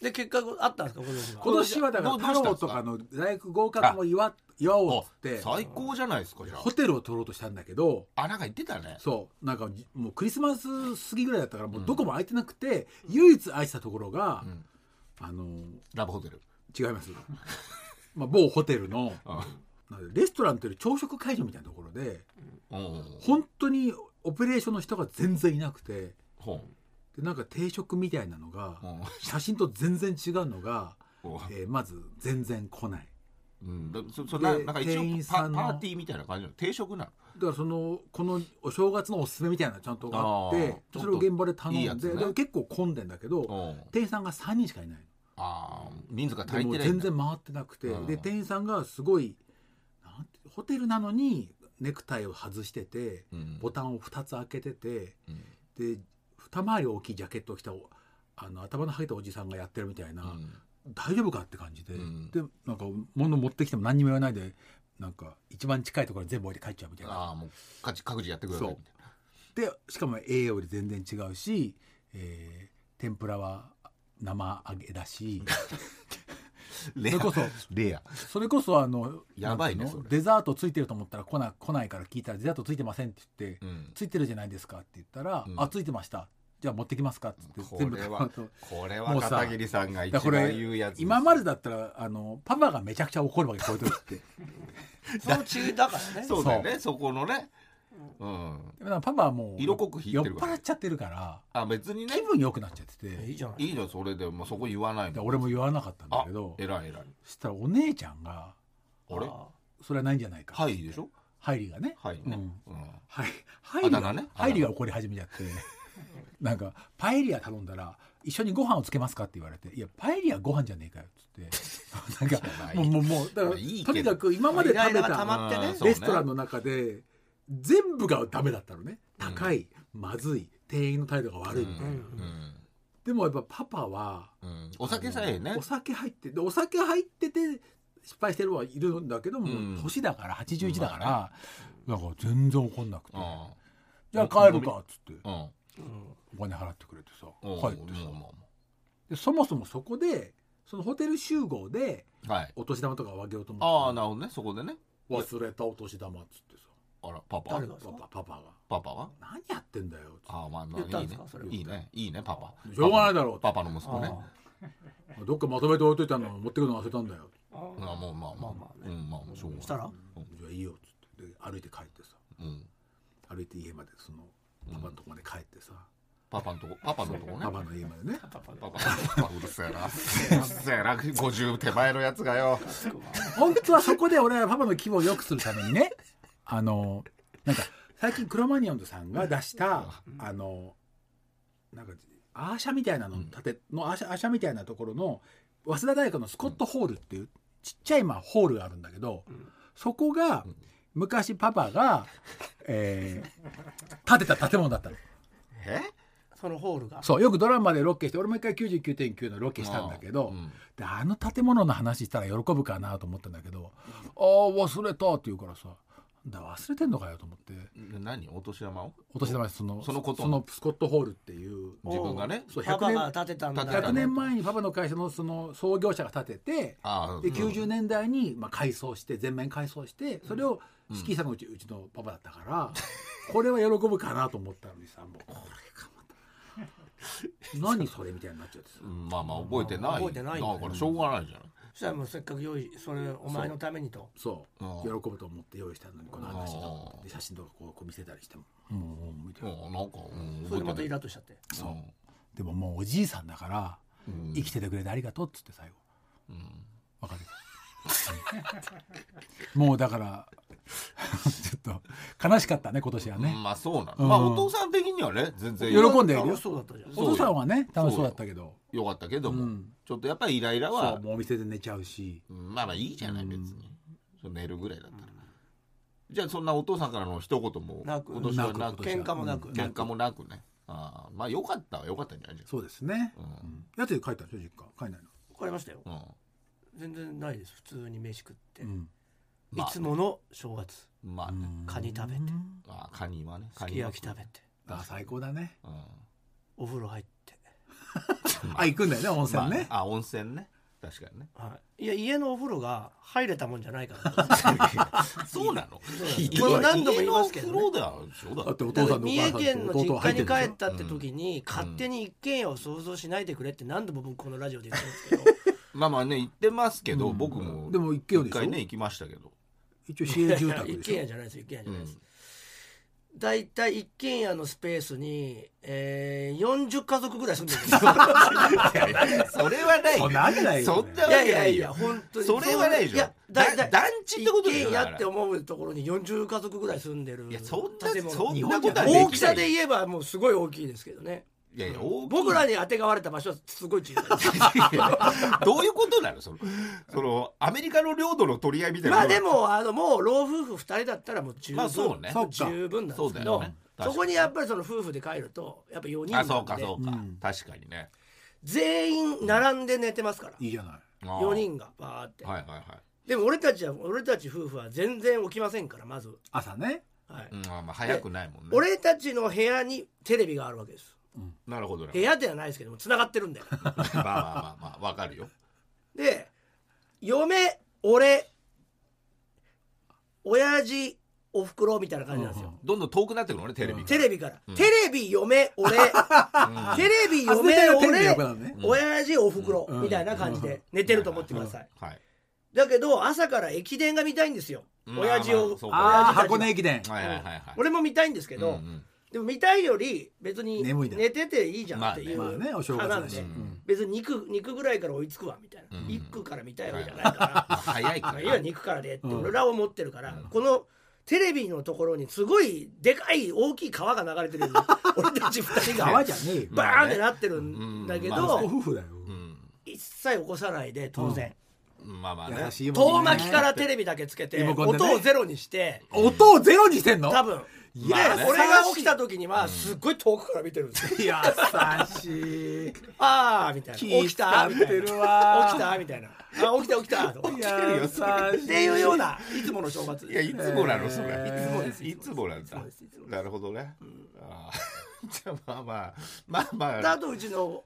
[SPEAKER 1] で結果あったんですか今年は
[SPEAKER 3] 今年はだから
[SPEAKER 2] どう
[SPEAKER 3] 太郎とかの大学合格も祝祝おうっつって
[SPEAKER 2] 最高じゃないですかじゃ
[SPEAKER 3] ホテルを取ろうとしたんだけど
[SPEAKER 2] あなんか言ってたね
[SPEAKER 3] そうなんかじもうクリスマス過ぎぐらいだったからもうどこも空いてなくて、唯一空いてたところが、
[SPEAKER 2] ん
[SPEAKER 3] あの
[SPEAKER 2] ラブホテル
[SPEAKER 3] 違いますまあ某ホテルの
[SPEAKER 2] うん
[SPEAKER 3] なんでレストランというより朝食会場みたいなところで
[SPEAKER 2] うん
[SPEAKER 3] 本当にオペレーションの人が全然いなくて
[SPEAKER 2] ほ
[SPEAKER 3] でなんか定食みたいなのが、
[SPEAKER 2] ううん
[SPEAKER 3] 写真と全然違うのが、
[SPEAKER 2] ほ
[SPEAKER 3] えーまず全然来ない。
[SPEAKER 2] ううんだそそな
[SPEAKER 3] で
[SPEAKER 2] なんか一応
[SPEAKER 3] 店員
[SPEAKER 2] パ
[SPEAKER 3] さ
[SPEAKER 2] パ
[SPEAKER 3] んの
[SPEAKER 2] ーティーみたいな感じの定食なの
[SPEAKER 3] だからそのこのお正月のおすすめみたいなのちゃんとあっ
[SPEAKER 2] あー
[SPEAKER 3] て
[SPEAKER 2] ちょっと
[SPEAKER 3] それを現場で頼んで
[SPEAKER 2] いいやつね
[SPEAKER 3] で結構混んでんだけど
[SPEAKER 2] うん
[SPEAKER 3] 店員さんが3人しかいない
[SPEAKER 2] あー人数が足
[SPEAKER 3] で
[SPEAKER 2] り
[SPEAKER 3] も
[SPEAKER 2] て
[SPEAKER 3] う
[SPEAKER 2] ないん
[SPEAKER 3] 全
[SPEAKER 2] だ
[SPEAKER 3] 然回ってなくて
[SPEAKER 2] うん
[SPEAKER 3] で店員さんがすごいなんてホテルなのにネクタイを外してて
[SPEAKER 2] うん
[SPEAKER 3] ボタンを2つ開けてて
[SPEAKER 2] うん
[SPEAKER 3] で二回り大きいジャケットを着たおあの頭のはげたおじさんがやってるみたいな、大丈夫かって感じで、
[SPEAKER 2] うん
[SPEAKER 3] でなんか物持ってきても何にも言わないでなんか一番近いところに全部置いて帰っちゃうみたいな
[SPEAKER 2] ああもう各自各自やってくださいみたいな
[SPEAKER 3] でしかも栄養より全然違うし、えー天ぷらは生揚げだし
[SPEAKER 2] レ
[SPEAKER 3] それこそ
[SPEAKER 2] レア
[SPEAKER 3] それこそあの
[SPEAKER 2] やばいね
[SPEAKER 3] なんてうの
[SPEAKER 2] それ
[SPEAKER 3] デザートついてると思ったら来な来ないから聞いたらデザートついてませんって言って、
[SPEAKER 2] うん
[SPEAKER 3] ついてるじゃないですかって言ったら、
[SPEAKER 2] うん
[SPEAKER 3] あついてましたじゃあ持ってきますかっつって
[SPEAKER 2] こ
[SPEAKER 3] 全部
[SPEAKER 2] れ
[SPEAKER 3] 買
[SPEAKER 2] は
[SPEAKER 3] うと
[SPEAKER 2] これ
[SPEAKER 3] も
[SPEAKER 2] は
[SPEAKER 3] うさ
[SPEAKER 2] 片桐さんが一
[SPEAKER 3] だから
[SPEAKER 2] 番
[SPEAKER 3] これ
[SPEAKER 2] 言うやつ
[SPEAKER 3] 今までだったらあのパパがめちゃくちゃ怒るわけこういう
[SPEAKER 2] [LAUGHS]
[SPEAKER 3] 時って
[SPEAKER 1] そのうちだからね
[SPEAKER 2] そうだよねそこのねうん
[SPEAKER 3] でもなんかパパはもう
[SPEAKER 2] 色濃く引い
[SPEAKER 3] 酔って
[SPEAKER 2] るから
[SPEAKER 3] 払っちゃってるから
[SPEAKER 2] あ別にね
[SPEAKER 3] 気分良くなっちゃって
[SPEAKER 1] いい
[SPEAKER 3] て
[SPEAKER 1] じゃない
[SPEAKER 2] いいじゃんそれでもうそこ言わない
[SPEAKER 3] で
[SPEAKER 2] もん
[SPEAKER 3] 俺も言わなかったんだ
[SPEAKER 2] あ
[SPEAKER 3] けど
[SPEAKER 2] えらいえらい
[SPEAKER 3] そしたらお姉ちゃんが
[SPEAKER 2] あれ
[SPEAKER 3] 「それはないんじゃないか」
[SPEAKER 2] はいでしょ
[SPEAKER 3] ハイリがね
[SPEAKER 2] はいね
[SPEAKER 3] うん
[SPEAKER 2] うん
[SPEAKER 3] はいハイリ
[SPEAKER 2] あだ名
[SPEAKER 3] が
[SPEAKER 2] ね
[SPEAKER 3] ハイリが怒り始めちゃってなんか「パエリア頼んだら一緒にご飯をつけますか?」って言われて「いやパエリアご飯じゃねえかよ」っつ
[SPEAKER 2] [LAUGHS]
[SPEAKER 3] ってなんかもうもうもうだか
[SPEAKER 2] ま
[SPEAKER 3] ら
[SPEAKER 2] あいいけど
[SPEAKER 3] とにかく今まで
[SPEAKER 1] イラ
[SPEAKER 3] 食
[SPEAKER 1] イ
[SPEAKER 3] べ
[SPEAKER 1] ラが溜
[SPEAKER 3] た
[SPEAKER 1] まって
[SPEAKER 2] う
[SPEAKER 1] ね
[SPEAKER 2] んそう
[SPEAKER 3] レストランの中で全部がダメだったのね高い、まずい店員の態度が悪いみたいな、
[SPEAKER 2] うん
[SPEAKER 3] でもやっぱパパは
[SPEAKER 2] うんお酒さえ
[SPEAKER 3] あ
[SPEAKER 2] ね
[SPEAKER 3] のお酒入ってでお酒入ってて失敗してるのはいるんだけども、
[SPEAKER 2] うん
[SPEAKER 3] 年だから81だから、なんか全然怒んなくて、
[SPEAKER 2] うん
[SPEAKER 3] じゃあ帰るかっつって
[SPEAKER 2] うん
[SPEAKER 3] お金払ってくれてさ
[SPEAKER 2] うん
[SPEAKER 3] 帰ってさ
[SPEAKER 2] うんまあま
[SPEAKER 3] でそもそもそこでそのホテル集合で
[SPEAKER 2] あはい
[SPEAKER 3] お年玉とかをあげようと
[SPEAKER 2] あ
[SPEAKER 3] 思
[SPEAKER 2] あ
[SPEAKER 3] って
[SPEAKER 2] なるほどねそこでね
[SPEAKER 3] 忘れたお年玉っつってさ
[SPEAKER 2] あらパパ
[SPEAKER 1] 誰がです
[SPEAKER 3] パ
[SPEAKER 1] か
[SPEAKER 3] パパパが
[SPEAKER 2] パパは
[SPEAKER 3] 「何やってんだよ」っつって
[SPEAKER 2] ああまあまあ
[SPEAKER 1] 言った
[SPEAKER 2] い
[SPEAKER 1] ん
[SPEAKER 2] い
[SPEAKER 1] です
[SPEAKER 2] ね
[SPEAKER 1] かそれを
[SPEAKER 2] いいねいいねパパ
[SPEAKER 3] しょうがないだろう
[SPEAKER 2] パパの息子ね
[SPEAKER 3] [LAUGHS] どっかまとめて置いといたの持ってくるの忘れたんだよ
[SPEAKER 1] あー
[SPEAKER 2] あもうまあま
[SPEAKER 1] ま
[SPEAKER 2] あ
[SPEAKER 1] あまあ
[SPEAKER 2] う
[SPEAKER 1] ね
[SPEAKER 2] んまあしょうがない
[SPEAKER 1] したら
[SPEAKER 3] じゃあいいよっつってで歩いて帰ってさ
[SPEAKER 2] うん
[SPEAKER 3] 歩いて家までそのパパのとこまで帰ってさ、
[SPEAKER 2] パパのとこパパのとこね
[SPEAKER 3] パパの家までね
[SPEAKER 2] パパパパうるせえなうるせえな50手前のやつがよ
[SPEAKER 3] [LAUGHS] 本当はそこで俺はパパの気分を良くするためにねあのなんか最近クロマニオンズさんが出したあのなんかアーシャみたいなの建てのアーシャアーシャみたいなところの早稲田大学のスコットホールっていうちっちゃいまあホールがあるんだけどそこが昔パパが、えー [LAUGHS] 建てた建物だったの。
[SPEAKER 2] え
[SPEAKER 1] そのホールが
[SPEAKER 3] そうよくドラマでロケして俺も一回99.9のロケしたんだけど、
[SPEAKER 2] うん
[SPEAKER 3] であの建物の話したら喜ぶかなと思ったんだけど「ああ忘れた」って言うからさ「なんだ忘れてんのかよ」と思って
[SPEAKER 2] 何お年玉を
[SPEAKER 3] お年玉でその
[SPEAKER 2] そのこと
[SPEAKER 3] そのスコットホールっていう
[SPEAKER 2] 自分がね
[SPEAKER 3] そう
[SPEAKER 1] パパが建
[SPEAKER 3] 100
[SPEAKER 1] てたんだ
[SPEAKER 2] 建て
[SPEAKER 3] 年
[SPEAKER 2] た
[SPEAKER 3] 100年前にパパの会社のその創業者が建てて
[SPEAKER 2] ああ
[SPEAKER 3] で90年代にまあ改装して全面改装してそれをスキーさんのうちうちのパパだったから [LAUGHS] これは喜ぶかなと思ったのにさもうこれがまた何それみたいになっちゃってさ
[SPEAKER 2] うんまあまあ覚えてない
[SPEAKER 1] 覚えてない
[SPEAKER 2] だからしょうがないじゃない
[SPEAKER 1] そしたらもうせっかく用意それお前のためにと
[SPEAKER 3] そう、
[SPEAKER 2] うん
[SPEAKER 3] 喜ぶと思って用意したのにこの話だと思ってで写真とかこうこう見せたりしても「もうもう」みたいな、
[SPEAKER 2] うんなんかうん
[SPEAKER 1] それでまた
[SPEAKER 2] 覚え
[SPEAKER 1] イ
[SPEAKER 2] てない
[SPEAKER 1] ラッとしちゃって
[SPEAKER 3] そうでももうおじいさんだから、
[SPEAKER 2] うん
[SPEAKER 3] 生きててくれてありがとうっつって最後
[SPEAKER 2] うん
[SPEAKER 3] わかるもうだから [LAUGHS] ちょっと悲しかったね今年はね、
[SPEAKER 2] まあそうなの、
[SPEAKER 3] うん
[SPEAKER 2] まあお父さん的にはね全然
[SPEAKER 3] 喜んで
[SPEAKER 1] 楽しそうだったじゃん
[SPEAKER 2] そう
[SPEAKER 3] お
[SPEAKER 2] よ
[SPEAKER 3] 父さんはね楽しそうだったけど
[SPEAKER 2] よかったけども、
[SPEAKER 3] うん
[SPEAKER 2] ちょっとやっぱりイライラ
[SPEAKER 3] そう
[SPEAKER 2] は
[SPEAKER 3] もうお店で寝ちゃうし
[SPEAKER 2] うんまあまあいいじゃない
[SPEAKER 3] うん
[SPEAKER 2] 別に、そう寝るぐらいだったら、じゃあそんなお父さんからの一言も
[SPEAKER 1] なく
[SPEAKER 2] 今年はな
[SPEAKER 3] なく
[SPEAKER 2] く
[SPEAKER 1] 喧嘩もなく
[SPEAKER 2] 喧嘩もなくねああまあよかったはよかったんじゃないですか
[SPEAKER 3] そうですね、
[SPEAKER 2] う
[SPEAKER 3] うんん、やつで書いたんでしょ実家書いないの、
[SPEAKER 1] 怒られましたよ
[SPEAKER 2] うん
[SPEAKER 1] 全然ないです普通に飯食って
[SPEAKER 3] うん
[SPEAKER 1] いつもの正月
[SPEAKER 2] まあね、
[SPEAKER 1] カニ食べて
[SPEAKER 3] うん
[SPEAKER 2] ああカニはね
[SPEAKER 1] すき焼き食べて
[SPEAKER 3] あ最高だね
[SPEAKER 2] べ、うん
[SPEAKER 1] お風呂入って、
[SPEAKER 3] あ行くんだよね温泉ね、
[SPEAKER 2] まあ、あ温泉ね
[SPEAKER 1] [LAUGHS]
[SPEAKER 2] 確かにね
[SPEAKER 1] はい、いや家のお風呂が入れたもんじゃないから
[SPEAKER 2] そうなの
[SPEAKER 1] ひどい
[SPEAKER 2] や
[SPEAKER 1] 何度も言いますけどね
[SPEAKER 2] 家の風呂だよそうだ
[SPEAKER 3] だ
[SPEAKER 2] っ
[SPEAKER 3] って [LAUGHS] てお
[SPEAKER 1] だ
[SPEAKER 3] 父
[SPEAKER 1] か
[SPEAKER 3] さ
[SPEAKER 1] ら
[SPEAKER 3] んのお
[SPEAKER 1] 三重
[SPEAKER 3] 母さん
[SPEAKER 1] 県の
[SPEAKER 3] と
[SPEAKER 1] 実
[SPEAKER 3] 弟入
[SPEAKER 1] 家
[SPEAKER 3] って
[SPEAKER 1] に
[SPEAKER 3] るでし
[SPEAKER 1] 帰
[SPEAKER 3] ょ
[SPEAKER 1] ったって時に勝手に一軒家を想像しないでくれって何度も僕このラジオで言ってますけど
[SPEAKER 2] まあまあね行ってますけど、
[SPEAKER 3] うん
[SPEAKER 2] 僕も
[SPEAKER 3] でも一軒家でしょ
[SPEAKER 2] 一回ね行きましたけど
[SPEAKER 3] 一応市営住宅
[SPEAKER 1] 一
[SPEAKER 3] で
[SPEAKER 1] 軒家
[SPEAKER 3] し
[SPEAKER 1] じゃないです一軒家じゃないです、大体一軒家のスペースに、えー、40家族ぐらい住んでるん
[SPEAKER 2] [LAUGHS]
[SPEAKER 1] ですよ
[SPEAKER 2] それはな
[SPEAKER 3] ょ。そんなありないよ、ね。
[SPEAKER 2] そんな
[SPEAKER 1] や
[SPEAKER 2] い
[SPEAKER 1] いやいや本当に
[SPEAKER 2] それはないでしょ
[SPEAKER 1] いやだいたい
[SPEAKER 2] だ団地ってことでしょ
[SPEAKER 1] 一軒
[SPEAKER 2] だか
[SPEAKER 1] 家
[SPEAKER 2] ら
[SPEAKER 1] って思うところに40家族ぐらい住んでる
[SPEAKER 2] いやそんな
[SPEAKER 1] 建物
[SPEAKER 2] そ
[SPEAKER 3] 日
[SPEAKER 2] んな
[SPEAKER 3] 本
[SPEAKER 2] こ
[SPEAKER 3] じゃ
[SPEAKER 2] と
[SPEAKER 3] な
[SPEAKER 2] はいきない
[SPEAKER 1] 大きさで言えばもうすごい大きいですけどね
[SPEAKER 2] いやいや大きい
[SPEAKER 1] 僕らにあてがわれた場所はすごい小さいです
[SPEAKER 2] [LAUGHS] どういうことなのそのそのアメリカの領土の取り合いみたいな
[SPEAKER 1] まあでもあのもう老夫婦2人だったらもう十
[SPEAKER 2] ま
[SPEAKER 1] 分
[SPEAKER 2] あそうね
[SPEAKER 1] もう十分なんですけ
[SPEAKER 2] そうだよ
[SPEAKER 1] ど
[SPEAKER 2] ね確かに
[SPEAKER 1] そこにやっぱりその夫婦で帰るとやっぱ4人
[SPEAKER 2] あそ
[SPEAKER 1] な
[SPEAKER 2] うか
[SPEAKER 1] んで
[SPEAKER 2] そうか、
[SPEAKER 3] うん
[SPEAKER 2] 確かにね
[SPEAKER 1] 全員並んで寝てますから
[SPEAKER 3] いいじゃない。
[SPEAKER 1] 4人がバーって
[SPEAKER 2] はいはいは
[SPEAKER 1] でも俺たちは俺たち夫婦は全然起きませんからまず、
[SPEAKER 3] 朝ね。
[SPEAKER 1] はい
[SPEAKER 2] い、うん、まあ早くないもんね
[SPEAKER 1] 俺たちの部屋にテレビがあるわけです
[SPEAKER 2] なるほどな
[SPEAKER 1] 部屋ではないですけども繋がってるんで
[SPEAKER 2] まあまあまあまあわかるよ
[SPEAKER 1] で嫁俺親父おふくろみたいな感じなんですよ、
[SPEAKER 2] どんどん遠くなってくるのねテレビ
[SPEAKER 1] テ
[SPEAKER 2] が
[SPEAKER 1] レビから、テレビ嫁俺
[SPEAKER 3] [LAUGHS]
[SPEAKER 1] テレビ
[SPEAKER 3] あ絶対
[SPEAKER 1] 嫁
[SPEAKER 3] テレビの
[SPEAKER 1] 俺
[SPEAKER 3] 横なのね
[SPEAKER 1] 親父おふくろ
[SPEAKER 3] うん
[SPEAKER 1] みたいな感じで寝てると思ってください
[SPEAKER 2] はい
[SPEAKER 1] だけど朝から駅伝が見たいんですよ
[SPEAKER 2] うん
[SPEAKER 1] 親父
[SPEAKER 2] まあま
[SPEAKER 1] を
[SPEAKER 2] あそう
[SPEAKER 3] ああ
[SPEAKER 1] 親父たちが
[SPEAKER 3] 箱根駅伝
[SPEAKER 2] はいはいはいはい
[SPEAKER 1] 俺も見たいんですけど、
[SPEAKER 2] うんうん
[SPEAKER 1] でも見たいより別に
[SPEAKER 3] 眠いだろ
[SPEAKER 1] 寝てていいじゃんっていう
[SPEAKER 3] まあねお正月
[SPEAKER 1] 派な
[SPEAKER 3] だ
[SPEAKER 1] ん
[SPEAKER 3] し、
[SPEAKER 1] で
[SPEAKER 3] うん
[SPEAKER 1] 別に肉肉ぐらいから追いつくわみたいな、
[SPEAKER 2] うん
[SPEAKER 1] 一区から見たいわけじゃないから、
[SPEAKER 2] 早い
[SPEAKER 1] まあ
[SPEAKER 2] から
[SPEAKER 1] いいわ肉からでって
[SPEAKER 3] うん
[SPEAKER 1] 俺らを持ってるから、このテレビのところにすごいでかい大きい川が流れてるよ
[SPEAKER 3] [LAUGHS]
[SPEAKER 1] うに俺たち二人
[SPEAKER 3] 川
[SPEAKER 1] が
[SPEAKER 3] じゃねえよ、
[SPEAKER 1] バーンってなってるんだけど、
[SPEAKER 2] まあね
[SPEAKER 3] ご夫婦だよ、
[SPEAKER 2] うん
[SPEAKER 1] 一切起こさないで当然、
[SPEAKER 2] まあまあね
[SPEAKER 3] 優しいも
[SPEAKER 1] 遠
[SPEAKER 3] んね
[SPEAKER 1] 巻きからテレビだけつけて、
[SPEAKER 3] リモコンでね
[SPEAKER 1] 音をゼロにして
[SPEAKER 3] 音をゼロにしてんの
[SPEAKER 1] 多分。
[SPEAKER 3] い
[SPEAKER 1] で、
[SPEAKER 3] や
[SPEAKER 2] ね
[SPEAKER 1] 俺が起きた時にはすっごい遠くから見てるんですよ
[SPEAKER 3] 優しい
[SPEAKER 1] ああみたいな起きたみたい
[SPEAKER 3] る
[SPEAKER 1] な
[SPEAKER 3] わ
[SPEAKER 1] 起きたみたいなあ起きた起きたとっ
[SPEAKER 3] 優しい
[SPEAKER 1] ていうようないつもの正月
[SPEAKER 2] いやいつもなのそれ、
[SPEAKER 3] えーいつもです
[SPEAKER 2] いつもな
[SPEAKER 1] い
[SPEAKER 2] んだ
[SPEAKER 1] つもですいつもです
[SPEAKER 2] なるほどね、ああ [LAUGHS] じゃあまあまあまあまあ
[SPEAKER 1] であとうちの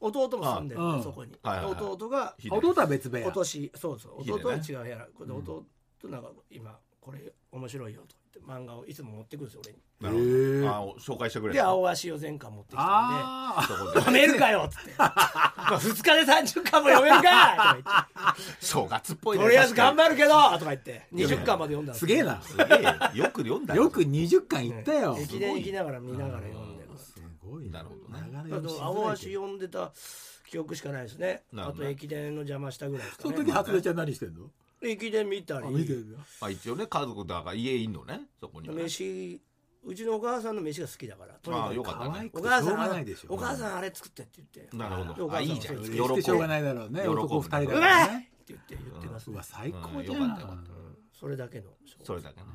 [SPEAKER 1] 弟も住んでる
[SPEAKER 3] あうん
[SPEAKER 1] そこに
[SPEAKER 2] はいはいはい
[SPEAKER 1] 弟が
[SPEAKER 2] ひでえ
[SPEAKER 3] 弟は別部屋
[SPEAKER 1] 今年そうそう
[SPEAKER 2] ひでえね
[SPEAKER 1] 弟は違う部屋これで弟なんか今これ面白いよと言って漫画をいつも持ってくるんですよ俺に
[SPEAKER 2] なるほ
[SPEAKER 3] へ
[SPEAKER 2] ど
[SPEAKER 3] ー
[SPEAKER 2] あお紹介してくれ
[SPEAKER 1] で青足を全巻持ってきたんで
[SPEAKER 3] あ
[SPEAKER 2] そこで
[SPEAKER 1] 読めるかよっ
[SPEAKER 2] [LAUGHS]
[SPEAKER 1] つって二日で30巻も読めるかとか言って
[SPEAKER 2] [LAUGHS] 正月っぽいね
[SPEAKER 1] とりあえず頑張
[SPEAKER 2] 確
[SPEAKER 1] るけどとか言って20巻まで読んだん
[SPEAKER 3] あ
[SPEAKER 1] です
[SPEAKER 3] げえな
[SPEAKER 2] かにすげえよく読んだ
[SPEAKER 3] よく20巻いったよ
[SPEAKER 1] 駅伝行きながら見ながら読んでます
[SPEAKER 3] すごい
[SPEAKER 2] なるほどね
[SPEAKER 3] 流
[SPEAKER 1] あ
[SPEAKER 3] れを
[SPEAKER 1] と
[SPEAKER 3] しづらい
[SPEAKER 1] 青足読んでた記憶しかないですね
[SPEAKER 2] なる
[SPEAKER 1] あ
[SPEAKER 2] ほど
[SPEAKER 1] と
[SPEAKER 2] ね
[SPEAKER 1] 駅伝の邪魔したぐらいです
[SPEAKER 3] そ
[SPEAKER 1] か
[SPEAKER 3] の時
[SPEAKER 1] ね
[SPEAKER 3] 初音ちゃん何してんの
[SPEAKER 1] 駅伝見た
[SPEAKER 3] あ見て
[SPEAKER 1] り
[SPEAKER 3] るよ
[SPEAKER 2] まあ一応ね家族だから家いんのねそこにはね
[SPEAKER 1] 飯うちのお母さんの飯が好きだからと
[SPEAKER 2] ああ
[SPEAKER 1] に
[SPEAKER 2] よ
[SPEAKER 1] か
[SPEAKER 2] かっ
[SPEAKER 3] 可
[SPEAKER 2] た
[SPEAKER 3] 愛
[SPEAKER 2] ね
[SPEAKER 1] くお
[SPEAKER 3] くてし
[SPEAKER 1] 母
[SPEAKER 3] ょ
[SPEAKER 1] さ
[SPEAKER 3] うんが
[SPEAKER 1] あ
[SPEAKER 3] ない
[SPEAKER 1] れ
[SPEAKER 3] でしょ
[SPEAKER 1] お母さんあれ作ってって言って
[SPEAKER 2] なるほ
[SPEAKER 1] お
[SPEAKER 2] ど
[SPEAKER 1] 母さ
[SPEAKER 2] あ
[SPEAKER 1] ん
[SPEAKER 2] いいじゃん
[SPEAKER 1] そう
[SPEAKER 3] 嬉しくてしょうがないだろうね
[SPEAKER 2] 喜ぶ
[SPEAKER 3] 男2人だ
[SPEAKER 1] う
[SPEAKER 3] か
[SPEAKER 1] めえ
[SPEAKER 3] ら
[SPEAKER 1] って
[SPEAKER 3] ね
[SPEAKER 1] 言って言ってます
[SPEAKER 3] う
[SPEAKER 1] ね
[SPEAKER 3] わ最高
[SPEAKER 2] うん
[SPEAKER 3] じゃ
[SPEAKER 2] よかったよか
[SPEAKER 3] ん
[SPEAKER 2] った
[SPEAKER 1] それだけの正
[SPEAKER 2] それ
[SPEAKER 1] 月
[SPEAKER 2] だけね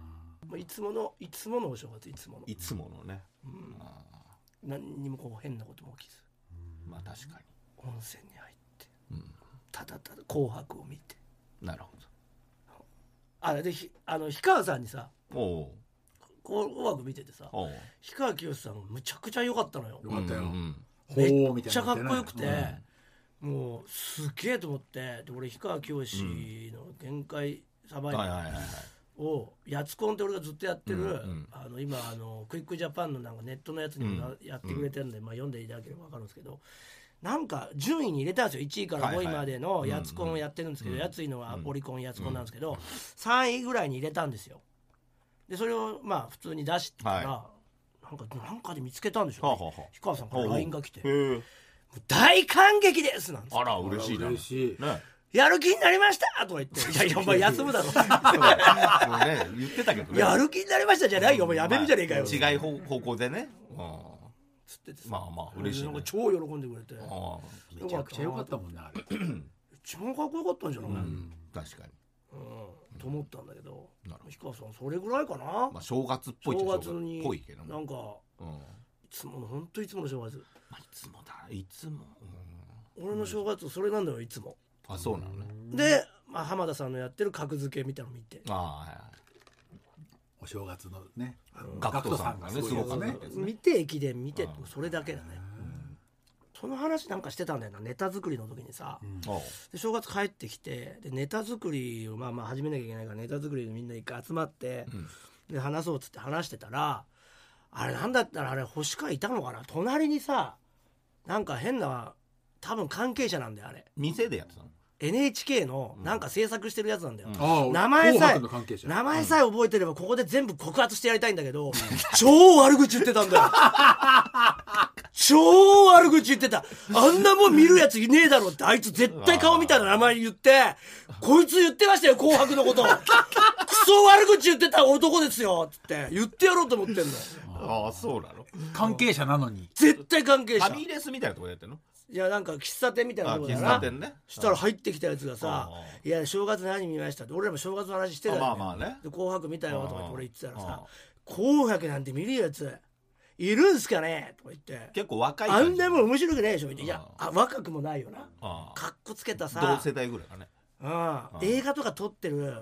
[SPEAKER 1] もういつものいつものお正月いつもの
[SPEAKER 2] いつものねあ
[SPEAKER 1] 何にもこう変なことも起きず
[SPEAKER 2] ーまあ確か
[SPEAKER 1] 温泉に入って
[SPEAKER 2] にうん
[SPEAKER 1] ただただ紅白を見て
[SPEAKER 2] なるほ
[SPEAKER 1] あれでひあの氷川さんにさ
[SPEAKER 2] どおう
[SPEAKER 1] 紅白見ててさ
[SPEAKER 2] おう
[SPEAKER 1] 氷川きよしさんむちゃくちゃ良かったのよ
[SPEAKER 3] よかった
[SPEAKER 2] う
[SPEAKER 3] よ
[SPEAKER 2] んうん
[SPEAKER 1] め
[SPEAKER 3] ほう
[SPEAKER 1] っ
[SPEAKER 3] みたい
[SPEAKER 1] ちゃか
[SPEAKER 3] なの
[SPEAKER 1] っ
[SPEAKER 3] じゃな
[SPEAKER 1] こよ
[SPEAKER 3] い
[SPEAKER 1] くて
[SPEAKER 3] うん
[SPEAKER 1] もうすげえと思ってで俺氷川きよしの「限界サバ
[SPEAKER 2] う
[SPEAKER 1] イ
[SPEAKER 2] ん
[SPEAKER 1] バ
[SPEAKER 2] はいはいはい
[SPEAKER 1] ー
[SPEAKER 2] はい」
[SPEAKER 1] を「やつコン」って俺がずっとやって
[SPEAKER 2] うんう
[SPEAKER 1] る
[SPEAKER 2] ん
[SPEAKER 1] あの今あのクイックジャパンのなんかネットのやつにもな
[SPEAKER 2] うん
[SPEAKER 1] やってくれてるんでまあ読んでいただければ分かるんですけどなんか順位に入れたんですよ1位から5位までの
[SPEAKER 2] はいはい
[SPEAKER 1] やつコンをやってるんですけど
[SPEAKER 2] うん
[SPEAKER 1] やついのは
[SPEAKER 2] うん
[SPEAKER 1] オリコンやつコンなんですけど3位ぐらいに入れたんですよでそれをまあ普通に出してたら
[SPEAKER 2] は
[SPEAKER 1] なんかなんかで見つけたんでしょ
[SPEAKER 2] はあ
[SPEAKER 1] う
[SPEAKER 2] は
[SPEAKER 1] ね
[SPEAKER 2] あは
[SPEAKER 1] 氷川さんから LINE が来て
[SPEAKER 2] あへえ
[SPEAKER 1] 「大感激です!」なんですよ
[SPEAKER 2] あら嬉しいな
[SPEAKER 3] 嬉しい
[SPEAKER 2] ね
[SPEAKER 1] やる気になりましたとか言って「いやいやお前休むだろ」
[SPEAKER 2] [LAUGHS] そうね言ってたけどね
[SPEAKER 1] やる気になりましたじゃないよお前やめるじゃねえかよ」
[SPEAKER 2] まあ違い方方向でねうん
[SPEAKER 1] つっててさ
[SPEAKER 2] まあまあ嬉しいね
[SPEAKER 1] なんか超喜んでくれてう
[SPEAKER 2] あ
[SPEAKER 3] めちゃくちゃ良かったもんなあれ
[SPEAKER 1] 一番かっこよかったんじゃない、
[SPEAKER 2] あう
[SPEAKER 1] うん
[SPEAKER 2] ん確かに
[SPEAKER 1] と思ったんだけど
[SPEAKER 2] なるほ
[SPEAKER 1] 氷川さんそれぐらいかな、
[SPEAKER 2] まあ正月っぽいっ
[SPEAKER 1] 正
[SPEAKER 2] ちゃ
[SPEAKER 1] 月に
[SPEAKER 2] っぽいけどね
[SPEAKER 1] なんか
[SPEAKER 2] うんま
[SPEAKER 1] いつもの本当いつもの正月
[SPEAKER 2] あいつもだいつもうん
[SPEAKER 1] 俺の正月それなんだよいつも、
[SPEAKER 2] あそうなのね
[SPEAKER 1] で、まあ、浜田さんのやってる格付けみたいなの見て
[SPEAKER 2] ああはいはい
[SPEAKER 3] お正月のねあの
[SPEAKER 2] GACKT
[SPEAKER 3] ガクト
[SPEAKER 2] さんがねすごかった
[SPEAKER 3] ね
[SPEAKER 2] ですね
[SPEAKER 1] 見て駅伝見て
[SPEAKER 2] うん
[SPEAKER 1] それだけだねその話なんかしてたんだよなネタ作りの時にさ、
[SPEAKER 3] うん
[SPEAKER 2] おう
[SPEAKER 1] で正月帰ってきてでネタ作りをまあまあ始めなきゃいけないからネタ作りでみんな一回集まって、で話そうっつって話してたらあれなんだったらあれ星川いたのかな隣にさなんか変な多分関係者なんだよあれ
[SPEAKER 2] 店でやってたの
[SPEAKER 1] NHK のなんか制作してるやつなんだよ、
[SPEAKER 2] うん
[SPEAKER 3] ああ
[SPEAKER 1] 名前さえ
[SPEAKER 3] 紅白の関係者
[SPEAKER 1] 名前さえ覚えてればここで全部告発してやりたいんだけど、 [LAUGHS] 超悪口言ってたんだよ [LAUGHS] 超悪口言ってたあんなもん見るやついねえだろってあいつ絶対顔みたいな名前言ってこいつ言ってましたよ紅白のことクソ悪口言ってた男ですよっつって言ってやろうと思ってんの
[SPEAKER 2] ああそうなの
[SPEAKER 3] 関係者なのに
[SPEAKER 1] 絶対関係
[SPEAKER 2] フ
[SPEAKER 1] 者
[SPEAKER 2] ァミレスみたいなとこでやってんの
[SPEAKER 1] いやなんか喫茶店みたいな
[SPEAKER 2] あ
[SPEAKER 1] とこだ
[SPEAKER 2] 喫
[SPEAKER 1] な
[SPEAKER 2] 茶店ね
[SPEAKER 1] したら入ってきたやつがさ
[SPEAKER 2] あ
[SPEAKER 1] 「いや正月何見ました?」って俺らも正月の話してたよ、ね
[SPEAKER 2] あまあまあね
[SPEAKER 1] で紅白見たよ」とか言って俺言ってたら
[SPEAKER 2] あ
[SPEAKER 1] さ
[SPEAKER 2] あ
[SPEAKER 1] 「紅白なんて見るやついるんすかね?」とか言って
[SPEAKER 2] 結構
[SPEAKER 1] 「
[SPEAKER 2] 若い
[SPEAKER 1] あ
[SPEAKER 2] 感じ
[SPEAKER 1] んなもん面白くないでしょ」みたいな「いや
[SPEAKER 2] あ
[SPEAKER 1] あ若くもないよな」
[SPEAKER 2] ああ
[SPEAKER 1] かっこつけた
[SPEAKER 2] 同
[SPEAKER 1] さ、
[SPEAKER 2] 世代ぐらいかね
[SPEAKER 1] うん、映画とか撮ってる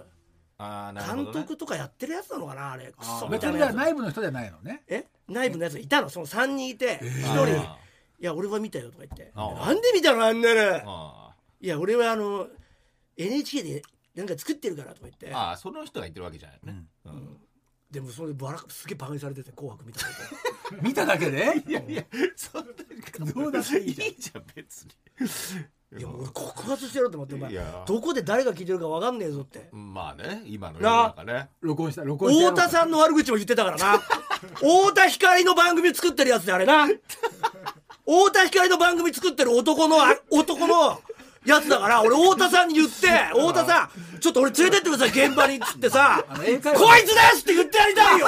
[SPEAKER 2] ああなるほ
[SPEAKER 1] 監
[SPEAKER 2] どね
[SPEAKER 1] 督とかやってるやつなのかなあれクソみ
[SPEAKER 3] 別
[SPEAKER 1] たい
[SPEAKER 3] に
[SPEAKER 1] な
[SPEAKER 3] じゃ
[SPEAKER 1] や
[SPEAKER 3] あ
[SPEAKER 1] つ
[SPEAKER 3] 内部の人じゃないのね
[SPEAKER 1] え内部のやつがいたのその3人いて1人「
[SPEAKER 2] あ
[SPEAKER 1] いや俺は見たよ」とか言って「
[SPEAKER 2] ああ
[SPEAKER 1] なんで見たのあんなの
[SPEAKER 2] ああ
[SPEAKER 1] いや俺はあの NHK でなんか作ってるから」とか言って
[SPEAKER 2] あああその人が言ってるわけじゃないよねうん
[SPEAKER 1] でもそれバラすげえバカにされてて「紅白」
[SPEAKER 3] [LAUGHS]
[SPEAKER 1] 見たこ
[SPEAKER 3] 見ただけで
[SPEAKER 2] いやいや [LAUGHS] そんな
[SPEAKER 3] どうだってい
[SPEAKER 2] い
[SPEAKER 3] い
[SPEAKER 2] い
[SPEAKER 3] じゃん
[SPEAKER 2] じゃん別に
[SPEAKER 1] といやもう俺告発してやろうと思ってお
[SPEAKER 2] い
[SPEAKER 1] 前
[SPEAKER 2] や
[SPEAKER 1] どこで誰が聞いてるか分かんねえぞって
[SPEAKER 2] まあね今の世の中ね
[SPEAKER 3] 録音した録音した
[SPEAKER 1] 太田さんの悪口も言ってたからな太田光の番組作ってるやつであれな太田光の番組作ってる男のあ男のやつだから俺太田さんに言
[SPEAKER 3] [LAUGHS]
[SPEAKER 1] って太田さんちょっと俺連れてってください現場にっつってさ
[SPEAKER 3] あの
[SPEAKER 1] こ
[SPEAKER 3] 英
[SPEAKER 1] いつ
[SPEAKER 3] 会話
[SPEAKER 1] ですって言ってやりたい
[SPEAKER 3] [LAUGHS]
[SPEAKER 1] よ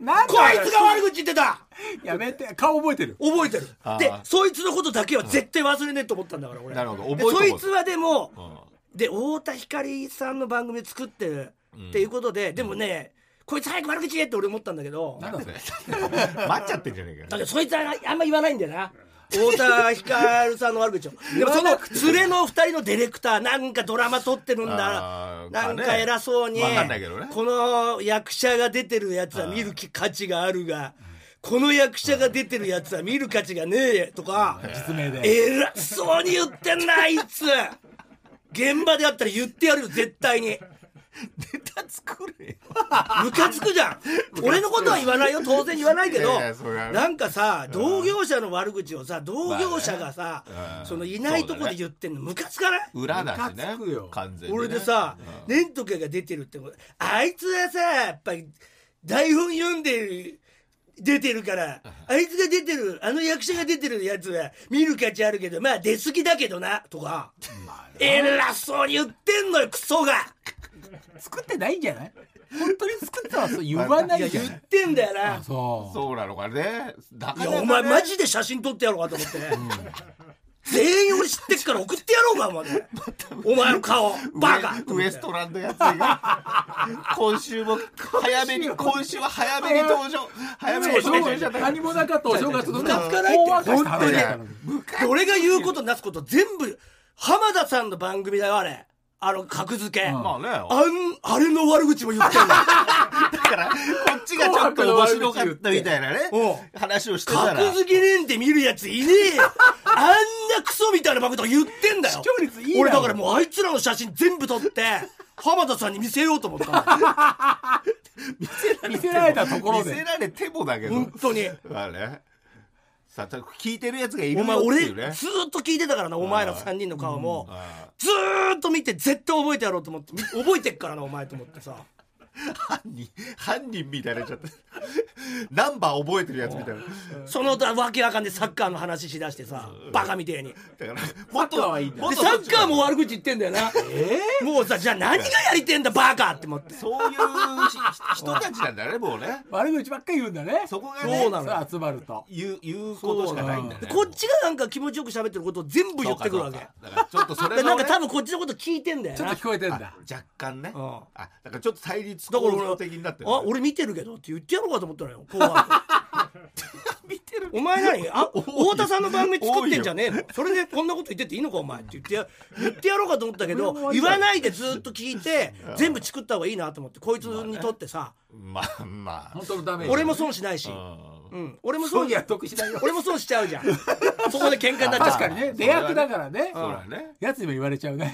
[SPEAKER 3] なんだ
[SPEAKER 1] こいつが悪口言ってた
[SPEAKER 3] やめて顔覚えてる
[SPEAKER 1] 覚えてる
[SPEAKER 2] あー
[SPEAKER 1] でそいつのことだけは絶対忘れねえと思ったんだから俺
[SPEAKER 2] なるほど
[SPEAKER 1] で
[SPEAKER 2] 覚
[SPEAKER 1] そ
[SPEAKER 2] えとこ
[SPEAKER 1] いうつはでも、
[SPEAKER 2] う
[SPEAKER 1] で太田光さんの番組作ってるっていうことで、でもねこいつ早く悪口言えって俺思ったんだけど
[SPEAKER 2] んなん [LAUGHS] だそれ待っちゃってんじゃねえか
[SPEAKER 1] だ
[SPEAKER 2] よ
[SPEAKER 1] けどそいつはあんま言わないんだよな太田光さんの悪 [LAUGHS] 口をでもその連れの二人のディレクターなんかドラマ撮ってるん
[SPEAKER 2] あ
[SPEAKER 1] だ
[SPEAKER 2] ー
[SPEAKER 1] なんか偉そうに
[SPEAKER 2] わかんないけどね
[SPEAKER 1] この役者が出てるやつは見る価値があるがこの役者が出てるやつは見る価値がねえとか
[SPEAKER 3] 実名で
[SPEAKER 1] 偉そうに言ってんなあいつ現場であったら言ってやるよ絶対に
[SPEAKER 2] ネタ作れよ
[SPEAKER 1] [LAUGHS] ムカつくじゃん
[SPEAKER 2] [LAUGHS]
[SPEAKER 1] 俺のことは言わないよ当然言わないけど
[SPEAKER 2] いやいやそりゃ
[SPEAKER 1] なんかさ同業者の悪口をさ同業者がさ
[SPEAKER 2] うん
[SPEAKER 1] そのいないとこで言ってんのムカつかない
[SPEAKER 2] 裏だし
[SPEAKER 3] ムカ
[SPEAKER 2] ね
[SPEAKER 3] つくよ
[SPEAKER 2] 完全にね
[SPEAKER 1] 俺でさレントケが出てるってことあいつはさやっぱり台本読んでる出てるからあいつが出てるあの役者が出てるやつは見る価値あるけどまあ出過ぎだけどなとか
[SPEAKER 3] まあね
[SPEAKER 1] 偉そうに言ってんのよクソが
[SPEAKER 3] 作ってないんじゃない本当に作ったはそう言わないい
[SPEAKER 1] や
[SPEAKER 3] じゃ
[SPEAKER 1] 言
[SPEAKER 3] ん
[SPEAKER 1] ってんだよな
[SPEAKER 3] そう
[SPEAKER 2] そうなのかねだ
[SPEAKER 1] い
[SPEAKER 2] から
[SPEAKER 1] やお前マジで写真撮ってやろうかと思ってね、全員俺知ってっから送ってやろうかお前、お前の顔バカ
[SPEAKER 2] ウエウエストランドやつ [LAUGHS] が今週も早めに今週は早めに登場早めに登場しちゃった
[SPEAKER 3] 何もなかったお正月の
[SPEAKER 1] ムカつかないって
[SPEAKER 3] 大沸かし
[SPEAKER 1] 本当に
[SPEAKER 3] た話
[SPEAKER 1] で俺が言うことなすこと全部浜田さんの番組だよあれあの格付け、
[SPEAKER 3] うん
[SPEAKER 2] まあね
[SPEAKER 1] あんあれの悪口も言ってん
[SPEAKER 2] [LAUGHS]
[SPEAKER 1] の
[SPEAKER 2] だからこっちがちょっと面白かったみたいなね
[SPEAKER 1] うん
[SPEAKER 2] 話をしてたら
[SPEAKER 1] 格付けなんて見るやついねえよあんなクソみたいな番組とか言ってんだよ
[SPEAKER 3] 視聴率いいな
[SPEAKER 1] 俺だからもうあいつらの写真全部撮って浜田さんに見せようと思ったの
[SPEAKER 2] [LAUGHS]
[SPEAKER 3] 見せられたところ
[SPEAKER 2] 見せ
[SPEAKER 3] で
[SPEAKER 2] られてもだけど
[SPEAKER 1] 本当に
[SPEAKER 2] まあねさあ聞いてるやつがいる
[SPEAKER 1] お
[SPEAKER 2] よ
[SPEAKER 1] 前
[SPEAKER 2] って
[SPEAKER 1] 俺
[SPEAKER 2] い
[SPEAKER 1] ず
[SPEAKER 2] うね
[SPEAKER 1] ーっと聞いてたからなお前ら3人の顔も
[SPEAKER 2] あ
[SPEAKER 1] ずーっと見て絶対覚えてやろうと思ってみ覚えてっからなお前と思ってさ
[SPEAKER 2] ー犯人犯人みたいになっちゃったナンバー覚えてるやつみたいな
[SPEAKER 1] その他わけわかんでサッカーの話しだしてさバカみてえに
[SPEAKER 2] だからもっ
[SPEAKER 3] サッカー
[SPEAKER 2] と
[SPEAKER 3] はいいんだよ
[SPEAKER 2] も
[SPEAKER 1] で
[SPEAKER 2] っと
[SPEAKER 1] サッカーも悪口言ってんだよなもうさじゃあ何がやりてえんだバカって思って
[SPEAKER 2] そういうひ人たちなんだねもうね
[SPEAKER 3] 悪口ばっかり言うんだね
[SPEAKER 2] そこが
[SPEAKER 1] そう
[SPEAKER 2] ね
[SPEAKER 1] なのよ
[SPEAKER 3] 集まると
[SPEAKER 2] 言う言うことしかないんだね
[SPEAKER 1] でこっちがなんか気持ちよく喋ってることを全部言ってくるわけ
[SPEAKER 2] そうかそうかだからちょっとそれ
[SPEAKER 1] で
[SPEAKER 2] が
[SPEAKER 1] なん
[SPEAKER 2] 俺
[SPEAKER 1] か多分こっちのこと聞いてんだよ
[SPEAKER 3] ちょっ
[SPEAKER 1] な
[SPEAKER 3] と聞こえてんだ
[SPEAKER 2] あ若干ね
[SPEAKER 1] うん
[SPEAKER 2] あだからちょっと対立
[SPEAKER 1] だから
[SPEAKER 2] 構造的になって
[SPEAKER 1] 俺あ俺見てるけどって言ってやろうかと思ったのよ後半
[SPEAKER 2] 見てる
[SPEAKER 1] お前何あ太田さんの番組作ってんじゃねえのそれでこんなこと言ってていいのかお前って言ってや言ってやろうかと思ったけど言わないでずっと聞いて全部作った方がいいなと思ってこいつにとってさ
[SPEAKER 2] まあまあ
[SPEAKER 3] 本当のダメージ
[SPEAKER 1] 俺も損しないし、
[SPEAKER 2] うん
[SPEAKER 1] うん、俺も
[SPEAKER 3] そ
[SPEAKER 1] 損
[SPEAKER 3] ういや得しないよ
[SPEAKER 1] 俺も損しちゃうじゃんそこで喧嘩になっちゃう
[SPEAKER 3] [LAUGHS] 確かにね出役だからね
[SPEAKER 2] そうだね
[SPEAKER 3] やつにも言われちゃうね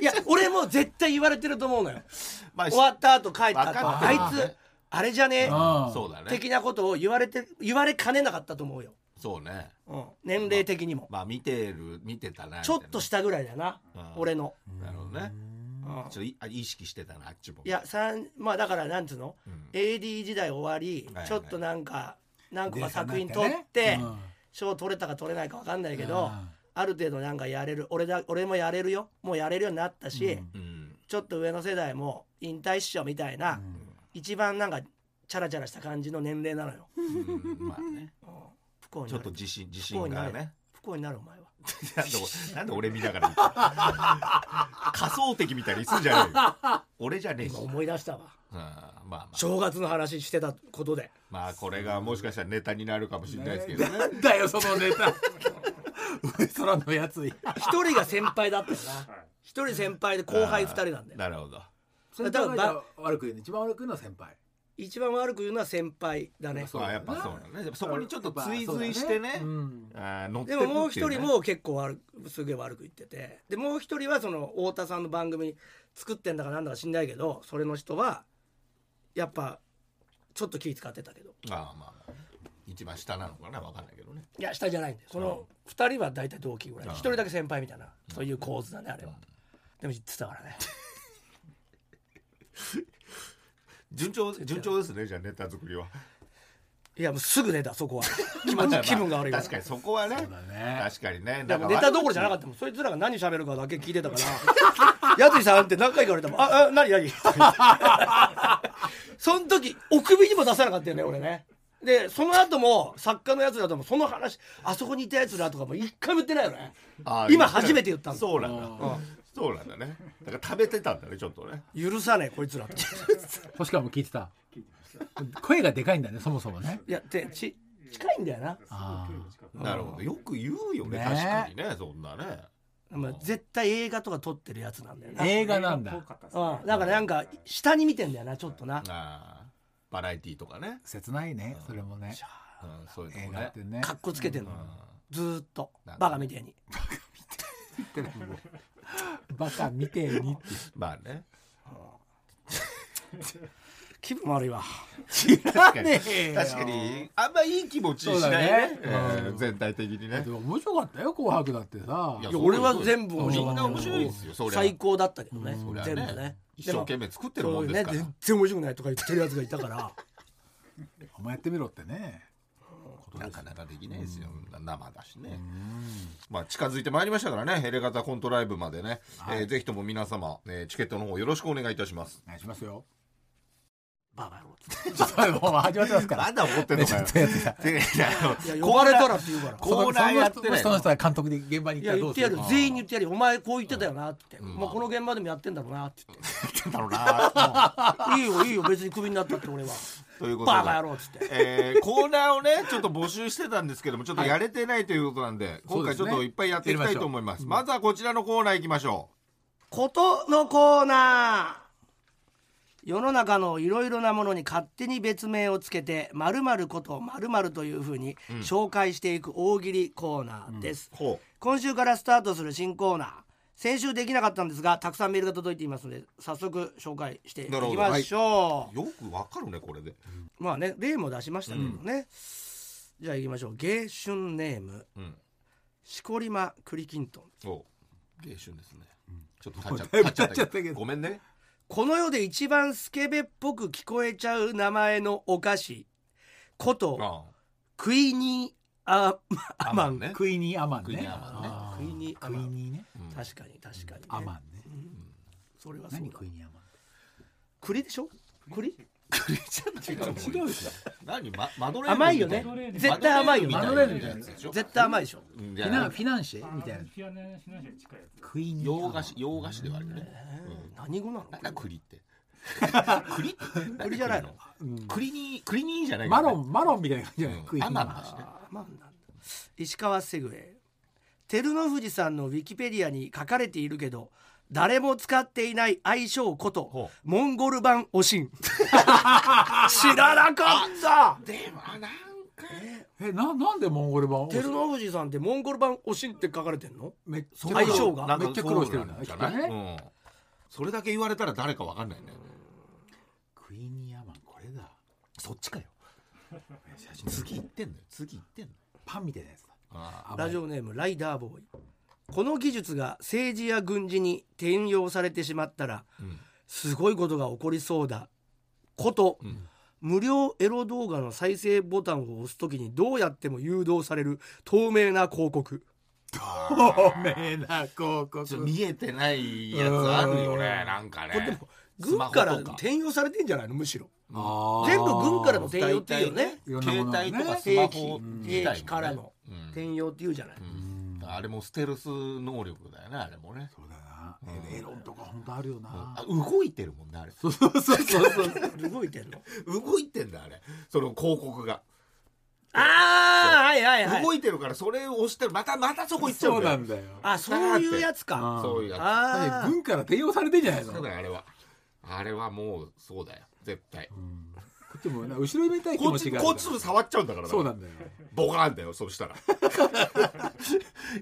[SPEAKER 1] いや俺も絶対言われてると思うのよ
[SPEAKER 2] まあ
[SPEAKER 1] 終わった後帰った
[SPEAKER 2] 分
[SPEAKER 1] 後
[SPEAKER 2] かって
[SPEAKER 1] あ
[SPEAKER 2] る
[SPEAKER 1] い
[SPEAKER 2] よね
[SPEAKER 1] つあれじゃね
[SPEAKER 3] うん
[SPEAKER 2] そうだね
[SPEAKER 1] 的なことを言われて言われかねなかったと思うよ、
[SPEAKER 2] そうね
[SPEAKER 1] うん、年齢的にも、
[SPEAKER 2] まあ見てる見てたなみたいな
[SPEAKER 1] ちょっと下ぐらいだな、
[SPEAKER 2] うん
[SPEAKER 1] 俺の、
[SPEAKER 2] なるほどね
[SPEAKER 1] うん
[SPEAKER 2] ちょっといあ意識してたなあっちも
[SPEAKER 1] いや三まあだからなんつうの、
[SPEAKER 2] ん
[SPEAKER 1] AD 時代終わり、
[SPEAKER 2] はいはい
[SPEAKER 1] ちょっとなんか何個か作品撮って
[SPEAKER 3] うん
[SPEAKER 1] 賞、取れたか取れないか分かんないけ
[SPEAKER 3] う
[SPEAKER 1] ど
[SPEAKER 3] ん
[SPEAKER 1] ある程度なんかやれる俺だ俺もやれるよもうやれるようになったし、
[SPEAKER 3] うん
[SPEAKER 2] うん
[SPEAKER 1] ちょっと上の世代も引退っしょみたいな、一番なんかチャラチャラした感じの年齢なのよ、
[SPEAKER 2] うんまあね
[SPEAKER 1] うん不幸に
[SPEAKER 2] ちょ
[SPEAKER 1] な
[SPEAKER 2] っと
[SPEAKER 1] る
[SPEAKER 2] 自信自
[SPEAKER 1] 不幸
[SPEAKER 2] 信
[SPEAKER 1] にな
[SPEAKER 2] が
[SPEAKER 1] る
[SPEAKER 2] ね
[SPEAKER 1] 不幸になるお前は
[SPEAKER 2] なんで俺なんで俺見ながら言って仮想敵みたいにすんじゃねえ
[SPEAKER 1] [LAUGHS]
[SPEAKER 2] よ俺じゃねえし
[SPEAKER 1] 今思い出したわ
[SPEAKER 2] うんまあまあ
[SPEAKER 1] 正月の話してたことで
[SPEAKER 2] まあこれがもしかしたらネタになるかもしれないですけどね
[SPEAKER 3] なんだよそのネタウエストランドのやつに
[SPEAKER 1] 一人が先輩だったよ
[SPEAKER 2] [LAUGHS]
[SPEAKER 1] な一人先輩で後輩二人なんだよ
[SPEAKER 2] なるほど
[SPEAKER 3] それ多分悪く言うの一番悪く言うのは先輩
[SPEAKER 1] 一番悪く言うのは先輩だね
[SPEAKER 3] そう
[SPEAKER 2] まあ
[SPEAKER 3] だ
[SPEAKER 2] や
[SPEAKER 3] よ
[SPEAKER 2] っ
[SPEAKER 3] な
[SPEAKER 2] ぱそうだねでもそこにちょっと追随してね
[SPEAKER 3] うん
[SPEAKER 2] あー乗って
[SPEAKER 1] で
[SPEAKER 2] るっ
[SPEAKER 1] も
[SPEAKER 2] てい
[SPEAKER 1] もう一人も
[SPEAKER 2] ね [LAUGHS]
[SPEAKER 1] 結構悪くすげえ悪く言っててでもう一人はその太田さんの番組作ってんだかなんだか知んないけどそれの人はやっぱちょっと気使ってたけど
[SPEAKER 2] ああまあ一番下なのかなわかんないけどね
[SPEAKER 1] いや下じゃないんでその2人は大体同期ぐらい
[SPEAKER 2] あ
[SPEAKER 1] 1
[SPEAKER 2] あ
[SPEAKER 1] 人だけ先輩みたいなそういう構図だねあれはでも言ってたからね
[SPEAKER 2] 順調順調ですねじゃあネタ作りはい
[SPEAKER 1] やもうすぐ寝たそ
[SPEAKER 2] [LAUGHS]
[SPEAKER 1] こは気
[SPEAKER 2] まあまあ
[SPEAKER 1] 分気分が悪いから
[SPEAKER 2] 確かにそこはね
[SPEAKER 3] そうだね
[SPEAKER 2] 確かにね
[SPEAKER 1] でもネタどころじゃなかったもんそいつらが何喋るかだけ聞いてたからやついさんって何回か言われたもんああ何何 [LAUGHS] その時お首にも出さなかったよね俺ねでその後も作家のやつらともその話あそこにいたやつらとかも一回も言ってないよね
[SPEAKER 2] ああ
[SPEAKER 1] 今初めて言ったんだ
[SPEAKER 2] そうなんだそうなんだねだから食べてたんだねちょっとね
[SPEAKER 1] 許さねえこいつらと
[SPEAKER 3] 星川も聞いてた声がでかいんだねそもそもね
[SPEAKER 1] いやでち近いんだよな、
[SPEAKER 3] あ
[SPEAKER 2] なるほどよく言うよね
[SPEAKER 3] ね
[SPEAKER 2] 確かにねそんなね
[SPEAKER 1] まあ、絶対映画とか撮ってるやつなんだよ
[SPEAKER 3] あ
[SPEAKER 1] な、
[SPEAKER 3] 映画なんだ
[SPEAKER 1] うん、だからなんか下に見てんだよなちょっとな
[SPEAKER 2] ああバラエティーとかね
[SPEAKER 3] 切ないねそれもね
[SPEAKER 2] うんそういうと
[SPEAKER 3] 映
[SPEAKER 2] こ
[SPEAKER 3] 画
[SPEAKER 2] ね
[SPEAKER 3] ってね
[SPEAKER 1] かっこつけてんの、ずーっと
[SPEAKER 2] なんか
[SPEAKER 1] バカみたいに [LAUGHS]
[SPEAKER 3] バカ見てにって
[SPEAKER 2] まあね
[SPEAKER 1] 気分悪いわ
[SPEAKER 2] 確かに
[SPEAKER 3] ねえよ
[SPEAKER 2] 確かにあんまいい気持ちしないね
[SPEAKER 3] そうだね
[SPEAKER 2] うん全体的にね
[SPEAKER 3] でも面白かったよ紅白だってさ
[SPEAKER 2] いや
[SPEAKER 1] いや俺は全部
[SPEAKER 2] みんな
[SPEAKER 1] か
[SPEAKER 2] 面
[SPEAKER 1] ったよ
[SPEAKER 2] 白いですよそりゃ
[SPEAKER 1] 最高だったけどね、
[SPEAKER 2] そりゃ
[SPEAKER 1] 全部
[SPEAKER 2] ね
[SPEAKER 1] ね
[SPEAKER 2] 一生懸
[SPEAKER 1] で
[SPEAKER 2] 命作って
[SPEAKER 1] も
[SPEAKER 2] るもんですか
[SPEAKER 1] そ
[SPEAKER 2] ら
[SPEAKER 1] うね全然面白くないとか言ってるやつがいたから [LAUGHS]
[SPEAKER 3] お前やってみろってね
[SPEAKER 2] なかなかできないですよ、生だしね、まあ、近づいてまいりましたからねエレガタコントライブまでね、えーぜひとも皆様、えーチケットの方よろしくお願いいたします
[SPEAKER 3] お願いしますよ
[SPEAKER 1] バカ野郎
[SPEAKER 3] ちょっともう始まってますから
[SPEAKER 2] まだ怒ってんの [LAUGHS] かよ
[SPEAKER 3] ちょっとやってた
[SPEAKER 2] で [LAUGHS]
[SPEAKER 1] い
[SPEAKER 2] あ
[SPEAKER 1] や
[SPEAKER 2] の
[SPEAKER 1] 呼ばれた
[SPEAKER 2] コーナ
[SPEAKER 1] ら
[SPEAKER 2] ー
[SPEAKER 1] って言うから
[SPEAKER 2] こコーナーやって
[SPEAKER 3] そ
[SPEAKER 2] な
[SPEAKER 3] の人
[SPEAKER 2] い
[SPEAKER 3] その人が監督で現場に
[SPEAKER 1] い
[SPEAKER 3] 行った
[SPEAKER 1] や
[SPEAKER 3] ら
[SPEAKER 1] 言っ
[SPEAKER 3] どう
[SPEAKER 1] て
[SPEAKER 3] す
[SPEAKER 1] や
[SPEAKER 3] る
[SPEAKER 1] る全員に言ってやるよお前こう言ってたよなって、まあ、この現場でもやってんだろうなって言
[SPEAKER 2] やってんだろう [LAUGHS] な
[SPEAKER 1] っていいよいいよ別にクビになったって
[SPEAKER 2] [LAUGHS]
[SPEAKER 1] 俺は
[SPEAKER 2] ということで
[SPEAKER 1] バカ野郎っつって
[SPEAKER 2] えーコーナーをねちょっと募集してたんですけどもちょっとやれてないということなんで、今回ちょっといっぱいやっていきたいと思いますまずはこちらのコーナー行きましょ
[SPEAKER 1] ことのコーナー世の中のいろいろなものに勝手に別名をつけて「まることまるというふうに紹介していく大喜利コーナーです、
[SPEAKER 2] うほ
[SPEAKER 1] 今週からスタートする新コーナー先週できなかったんですがたくさんメールが届いていますので早速紹介していき
[SPEAKER 2] なるほど
[SPEAKER 1] ましょう、
[SPEAKER 2] よくわかるねこれで
[SPEAKER 1] まあね例も出しましたけどね、じゃあいきましょう芸春ネーム
[SPEAKER 2] うん
[SPEAKER 1] しこりま栗きんとん
[SPEAKER 2] お芸春ですね、ちょっと立っちゃった立っちゃったけどごめんね
[SPEAKER 1] この世で一番スケベっぽく聞こえちゃう名前のお菓子こと
[SPEAKER 2] あ
[SPEAKER 1] クイニーア
[SPEAKER 2] あ
[SPEAKER 1] アマン
[SPEAKER 2] ね
[SPEAKER 3] クイニーアマン
[SPEAKER 2] クイニ
[SPEAKER 3] ね
[SPEAKER 2] ーアマンね
[SPEAKER 3] あー
[SPEAKER 1] クイニーアマン
[SPEAKER 3] クイニーね
[SPEAKER 1] 確かに確かに、ね、
[SPEAKER 3] アマンね
[SPEAKER 1] それはそう
[SPEAKER 3] 何
[SPEAKER 1] だ
[SPEAKER 3] クイニーアマン
[SPEAKER 1] 栗でしょ栗
[SPEAKER 2] クリちゃん違う
[SPEAKER 3] 違う
[SPEAKER 2] よ
[SPEAKER 3] でしょ
[SPEAKER 2] 何まマドレーヌ
[SPEAKER 1] 甘いよね
[SPEAKER 2] みたな
[SPEAKER 1] 絶対甘いよね
[SPEAKER 2] マドレーヌみたいなやつでしょ
[SPEAKER 1] 絶対甘いでしょ
[SPEAKER 2] うんじ
[SPEAKER 3] フ
[SPEAKER 2] ゃ
[SPEAKER 3] ィ
[SPEAKER 2] な
[SPEAKER 3] ナ
[SPEAKER 2] い
[SPEAKER 3] フィナンシェみたいな
[SPEAKER 4] フィアナフィナンシェに近いやつ。
[SPEAKER 3] クイニーアマ
[SPEAKER 2] 洋
[SPEAKER 3] ン
[SPEAKER 2] 菓子洋菓子ではあるよね
[SPEAKER 1] 何語なの
[SPEAKER 2] なんだ栗って栗
[SPEAKER 1] 栗じゃないの
[SPEAKER 2] 栗に栗にじゃない
[SPEAKER 3] マ
[SPEAKER 2] からね
[SPEAKER 3] ロンマロンみたいな感じじゃない
[SPEAKER 2] うん
[SPEAKER 3] クイニーア
[SPEAKER 2] ア
[SPEAKER 3] マ
[SPEAKER 2] マ
[SPEAKER 3] ン
[SPEAKER 2] ンだしね
[SPEAKER 1] あーまあなんだ石川セグウェイ照ノ富士さんのウィキペディアに書かれているけど誰も使っていない愛称こと
[SPEAKER 2] ほ
[SPEAKER 1] モンゴル版お
[SPEAKER 2] [LAUGHS]
[SPEAKER 1] しん知らなかった
[SPEAKER 2] でもなんか
[SPEAKER 3] えななんでモンゴル版
[SPEAKER 1] 照ノ富士さんってモンゴル版おしんって書かれてんの
[SPEAKER 3] めっちゃ
[SPEAKER 1] 相性が
[SPEAKER 2] なんか
[SPEAKER 3] めっちゃ苦労してるんだ
[SPEAKER 2] そうなんじゃない
[SPEAKER 3] きっと
[SPEAKER 2] うんそれだけ言われたら誰かわかんないね
[SPEAKER 3] クイニーアマンこれだ
[SPEAKER 2] そっちかよ次行ってんのよ次行ってんのよ
[SPEAKER 3] パンみたいなやつだ
[SPEAKER 2] あ
[SPEAKER 3] 甘い
[SPEAKER 1] ラジオネームライダーボーイこの技術が政治や軍事に転用されてしまったら
[SPEAKER 2] あうん
[SPEAKER 1] すごいことが起こりそうだこと、無料エロ動画の再生ボタンを押すときにどうやっても誘導される透明な広告
[SPEAKER 3] 透明な広告
[SPEAKER 2] ちょっと見えてないやつあるよねなんかね
[SPEAKER 1] これでも
[SPEAKER 2] ス
[SPEAKER 1] 軍
[SPEAKER 2] マホ
[SPEAKER 1] から
[SPEAKER 2] と
[SPEAKER 1] 転用されてんじゃないのむしろ
[SPEAKER 3] あー
[SPEAKER 1] 全部軍からの転用っていうよね
[SPEAKER 3] いろんな
[SPEAKER 2] 携
[SPEAKER 3] ものね
[SPEAKER 2] 帯とかス
[SPEAKER 1] 兵
[SPEAKER 2] マ
[SPEAKER 1] 器
[SPEAKER 2] ホ
[SPEAKER 1] 兵
[SPEAKER 2] 自体もね
[SPEAKER 1] 器からの
[SPEAKER 2] うん
[SPEAKER 1] 転用っていうじゃない、 [LAUGHS]
[SPEAKER 2] うんあれもステルス能力だよねあれもね
[SPEAKER 3] そうだな、エロンとか本当あるよな、
[SPEAKER 2] あ動いてるもんねあれ
[SPEAKER 3] そうそうそうそう
[SPEAKER 1] 動いてんの
[SPEAKER 2] [LAUGHS] 動いてんだあれその広告が
[SPEAKER 1] ああはいはいはい
[SPEAKER 2] 動いてるからそれを押してるまたまたそこ行っちゃ
[SPEAKER 3] そううん
[SPEAKER 2] だ
[SPEAKER 3] な
[SPEAKER 2] よ
[SPEAKER 3] んだよ
[SPEAKER 1] あそういうやつ
[SPEAKER 3] あ
[SPEAKER 1] か
[SPEAKER 3] ー
[SPEAKER 2] そういうや
[SPEAKER 3] だっ
[SPEAKER 1] あ
[SPEAKER 3] て
[SPEAKER 1] ー
[SPEAKER 3] 軍から転用されてんじゃない
[SPEAKER 2] つ
[SPEAKER 3] の
[SPEAKER 2] そうだよあれはあれはもうそうだよ絶対
[SPEAKER 3] っちもな後ろめたい気
[SPEAKER 2] こ
[SPEAKER 3] 持
[SPEAKER 2] っち
[SPEAKER 3] ちがあ
[SPEAKER 2] こ
[SPEAKER 3] る
[SPEAKER 2] っち
[SPEAKER 3] から
[SPEAKER 2] も触っちゃうんだから
[SPEAKER 3] そうなんだよ
[SPEAKER 2] ボカーンだよそうしたら [LAUGHS]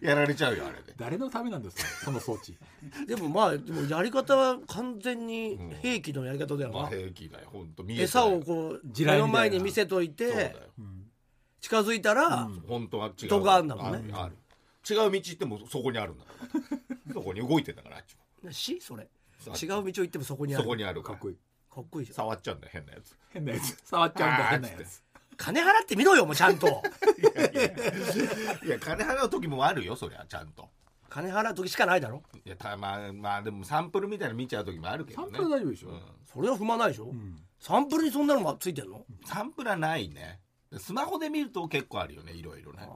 [SPEAKER 2] やられちゃうよあれで
[SPEAKER 3] 誰のためなんですかその装置
[SPEAKER 1] でもまあでもやり方は完全に兵器のやり方だよ
[SPEAKER 2] まあ
[SPEAKER 1] な、
[SPEAKER 2] 平気だよ本当見えてない
[SPEAKER 1] 餌をこう
[SPEAKER 3] 地
[SPEAKER 1] 目の
[SPEAKER 3] 雷みたいな
[SPEAKER 1] 前に見せとい
[SPEAKER 2] そうだよ
[SPEAKER 1] て近づいたら、
[SPEAKER 2] 本当は違う
[SPEAKER 1] 人があんだもんね
[SPEAKER 2] あるある違う道行ってもそこにあるんだから
[SPEAKER 3] [LAUGHS]
[SPEAKER 2] そこに動いてんだからあっちも
[SPEAKER 1] しそれ
[SPEAKER 2] そう
[SPEAKER 1] 違う道を行ってもそこにあ
[SPEAKER 2] そ
[SPEAKER 1] る
[SPEAKER 2] こにある
[SPEAKER 3] か
[SPEAKER 2] か
[SPEAKER 3] っ
[SPEAKER 2] ら
[SPEAKER 3] こいい
[SPEAKER 1] かっこいいじゃん
[SPEAKER 2] 触っちゃうんだよ変なやつ
[SPEAKER 3] 変なやつ触っちゃうんだ変なやつ
[SPEAKER 1] 金払ってみろよもうちゃん [LAUGHS] と
[SPEAKER 2] いや金払う時もあるよそりゃちゃんと
[SPEAKER 1] 金払う時しかないだろ
[SPEAKER 2] いやたまあまあでもサンプルみたいなの見ちゃう時もあるけど
[SPEAKER 3] サ
[SPEAKER 2] ね
[SPEAKER 3] ンプル大丈夫でしょ、
[SPEAKER 2] うん
[SPEAKER 1] それは踏まないでしょ、
[SPEAKER 3] ん
[SPEAKER 1] サンプルにそんなのがついてんの、
[SPEAKER 2] サンプラーないねスマホで見ると結構あるよねいろいろね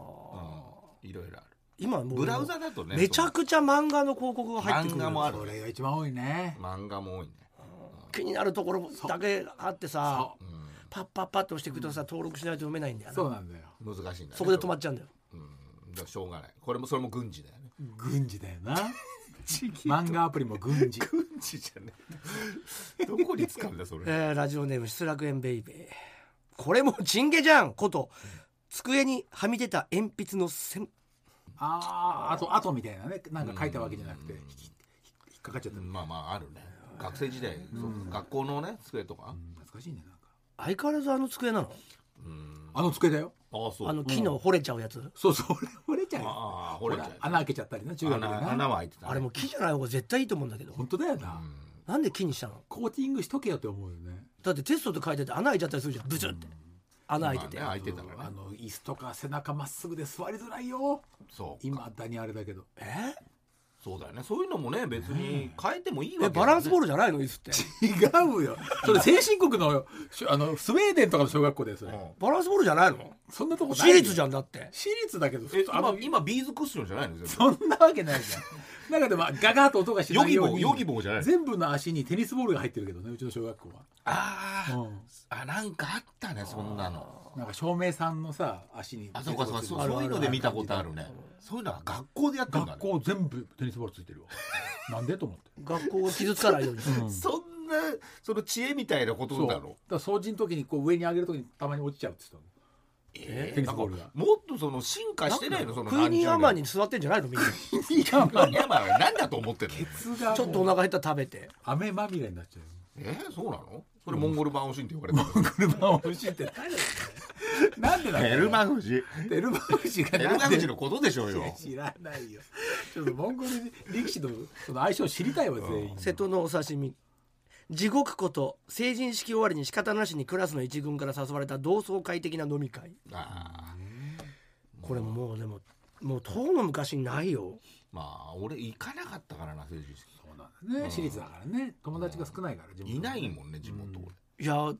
[SPEAKER 2] うんいろいろある
[SPEAKER 1] 今もう
[SPEAKER 2] ブラウザだとね
[SPEAKER 1] めちゃくちゃ漫画の広告が入ってくる
[SPEAKER 2] 漫画もある
[SPEAKER 3] それが一番多いね
[SPEAKER 2] 漫画も多いね
[SPEAKER 1] 気になるところだけあってさ
[SPEAKER 3] そう
[SPEAKER 2] う
[SPEAKER 1] パッパッパッと押してくるとさ、登録しないと読めないんだよな
[SPEAKER 3] そうなんだよ
[SPEAKER 2] ん難しいんだね
[SPEAKER 1] そこで止まっちゃうんだよ
[SPEAKER 2] うんだからしょうがないこれもそれも軍事だよね
[SPEAKER 3] 軍事だよな漫画アプリも軍事
[SPEAKER 2] 軍事じゃねえ [LAUGHS] どこに使うんだそれ
[SPEAKER 1] えーラジオネーム失楽園ベイベーこれもうチンゲじゃんこと机にはみ出た鉛筆の線
[SPEAKER 3] あああとあとみたいなねなんか書いたわけじゃなくて引き引っかかっちゃった、
[SPEAKER 2] まあまああるね学生時代そう学校のね机とか
[SPEAKER 3] 懐かしいねなんか
[SPEAKER 1] 相変わらずあの机なの
[SPEAKER 2] うん
[SPEAKER 3] あの机だよ
[SPEAKER 2] ああそう
[SPEAKER 1] あの木の掘れちゃうやつ、
[SPEAKER 3] そうそう俺折れちゃうよ
[SPEAKER 2] ああ
[SPEAKER 3] ほ
[SPEAKER 2] 掘れちゃ
[SPEAKER 3] ら
[SPEAKER 2] う
[SPEAKER 3] 穴開けちゃったりな中学で
[SPEAKER 2] 穴穴
[SPEAKER 3] な
[SPEAKER 2] は開いてたね
[SPEAKER 1] あれもう木じゃない方が絶対いいと思うんだけど
[SPEAKER 3] 本当だよな、
[SPEAKER 1] なんで木にしたの
[SPEAKER 3] コーティングしとけよって思うよね
[SPEAKER 1] だってテストで書いてて穴開いちゃったりするじゃんブチュって穴開いてて、
[SPEAKER 2] まあね開いてたから
[SPEAKER 3] あ
[SPEAKER 2] ね
[SPEAKER 3] の椅子とか背中まっすぐで座りづらいよ
[SPEAKER 2] そう
[SPEAKER 3] 今だにあれだけど
[SPEAKER 1] え
[SPEAKER 2] そうだよねそういうのもね別に変えてもいいわけ
[SPEAKER 1] えバランスボール
[SPEAKER 2] ル
[SPEAKER 1] じゃないの椅子 [LAUGHS] って
[SPEAKER 3] 違うよそれ先進国のしあのスウェーデンとかの小学校ですよ、
[SPEAKER 1] バランスボールじゃないの
[SPEAKER 3] そんなとこな
[SPEAKER 1] 私
[SPEAKER 3] いよ
[SPEAKER 1] 立じゃんだって
[SPEAKER 3] 私立だけど
[SPEAKER 2] え
[SPEAKER 3] あ
[SPEAKER 2] 今
[SPEAKER 3] の
[SPEAKER 2] 今ビーズクッションじゃないの全部
[SPEAKER 3] そんなわけないじゃん。なんかでもガガーと音がしないように。
[SPEAKER 2] ヨギボーヨギボーじゃない
[SPEAKER 3] 全部の足にテニスボールが入ってるけどね、うちの小学校
[SPEAKER 2] あー
[SPEAKER 3] は。うん。
[SPEAKER 2] あなんかあったねそんなの
[SPEAKER 3] なんか照明さんのさ、足に。
[SPEAKER 2] あそうかそうかそう
[SPEAKER 1] あるある
[SPEAKER 2] そういうので見たことあるねそういうのは学校でやってんだ
[SPEAKER 3] 学
[SPEAKER 2] ね
[SPEAKER 3] 校全部テニスボールついてるわ。なんでと思って。
[SPEAKER 1] 学校を傷つかないように
[SPEAKER 2] そんなその知恵みたいなこと
[SPEAKER 3] そう。だ
[SPEAKER 2] だ
[SPEAKER 3] か
[SPEAKER 2] ろ
[SPEAKER 3] ら掃除の時にこう上に上げる時にたまに落ちちゃうって言って
[SPEAKER 2] えー
[SPEAKER 3] テニ
[SPEAKER 2] な
[SPEAKER 3] ス
[SPEAKER 2] ん
[SPEAKER 3] ボ
[SPEAKER 2] か
[SPEAKER 3] ールが
[SPEAKER 2] もっとその進化してないのその
[SPEAKER 1] クイニーアマンに
[SPEAKER 2] ク
[SPEAKER 1] 座ってんじゃないのみんなち
[SPEAKER 3] たの。い
[SPEAKER 2] [LAUGHS]
[SPEAKER 3] や、
[SPEAKER 2] イニーアマンは何だと思ってるの
[SPEAKER 3] が
[SPEAKER 1] ょっとお腹減ったら食べて
[SPEAKER 3] 雨まみれになっちゃうよ。
[SPEAKER 2] えーそうなのそれモンゴル版オシンって言われて [LAUGHS]
[SPEAKER 3] 車を欲しいって誰だよそれなんでだ
[SPEAKER 2] る
[SPEAKER 3] よ
[SPEAKER 2] エルマフ [LAUGHS] ジ
[SPEAKER 3] エルマフジが
[SPEAKER 2] エルマ
[SPEAKER 3] なん
[SPEAKER 2] フ
[SPEAKER 3] で
[SPEAKER 2] ジのことでしょうよ
[SPEAKER 3] [LAUGHS] 知らないよ。ちょっとモンゴル力士のその相性知りたいわ全員。
[SPEAKER 1] 瀬戸のお刺身地獄こと成人式終わりに仕方なしにクラスの一軍から誘われた同窓会的な飲み会
[SPEAKER 2] あー
[SPEAKER 1] これもうでももう遠の昔にないよ
[SPEAKER 2] まあ俺行かなかったからな成人式
[SPEAKER 3] そうなんだね、私立だからね友達が少ないから地元
[SPEAKER 2] いないもんね地元俺
[SPEAKER 1] いや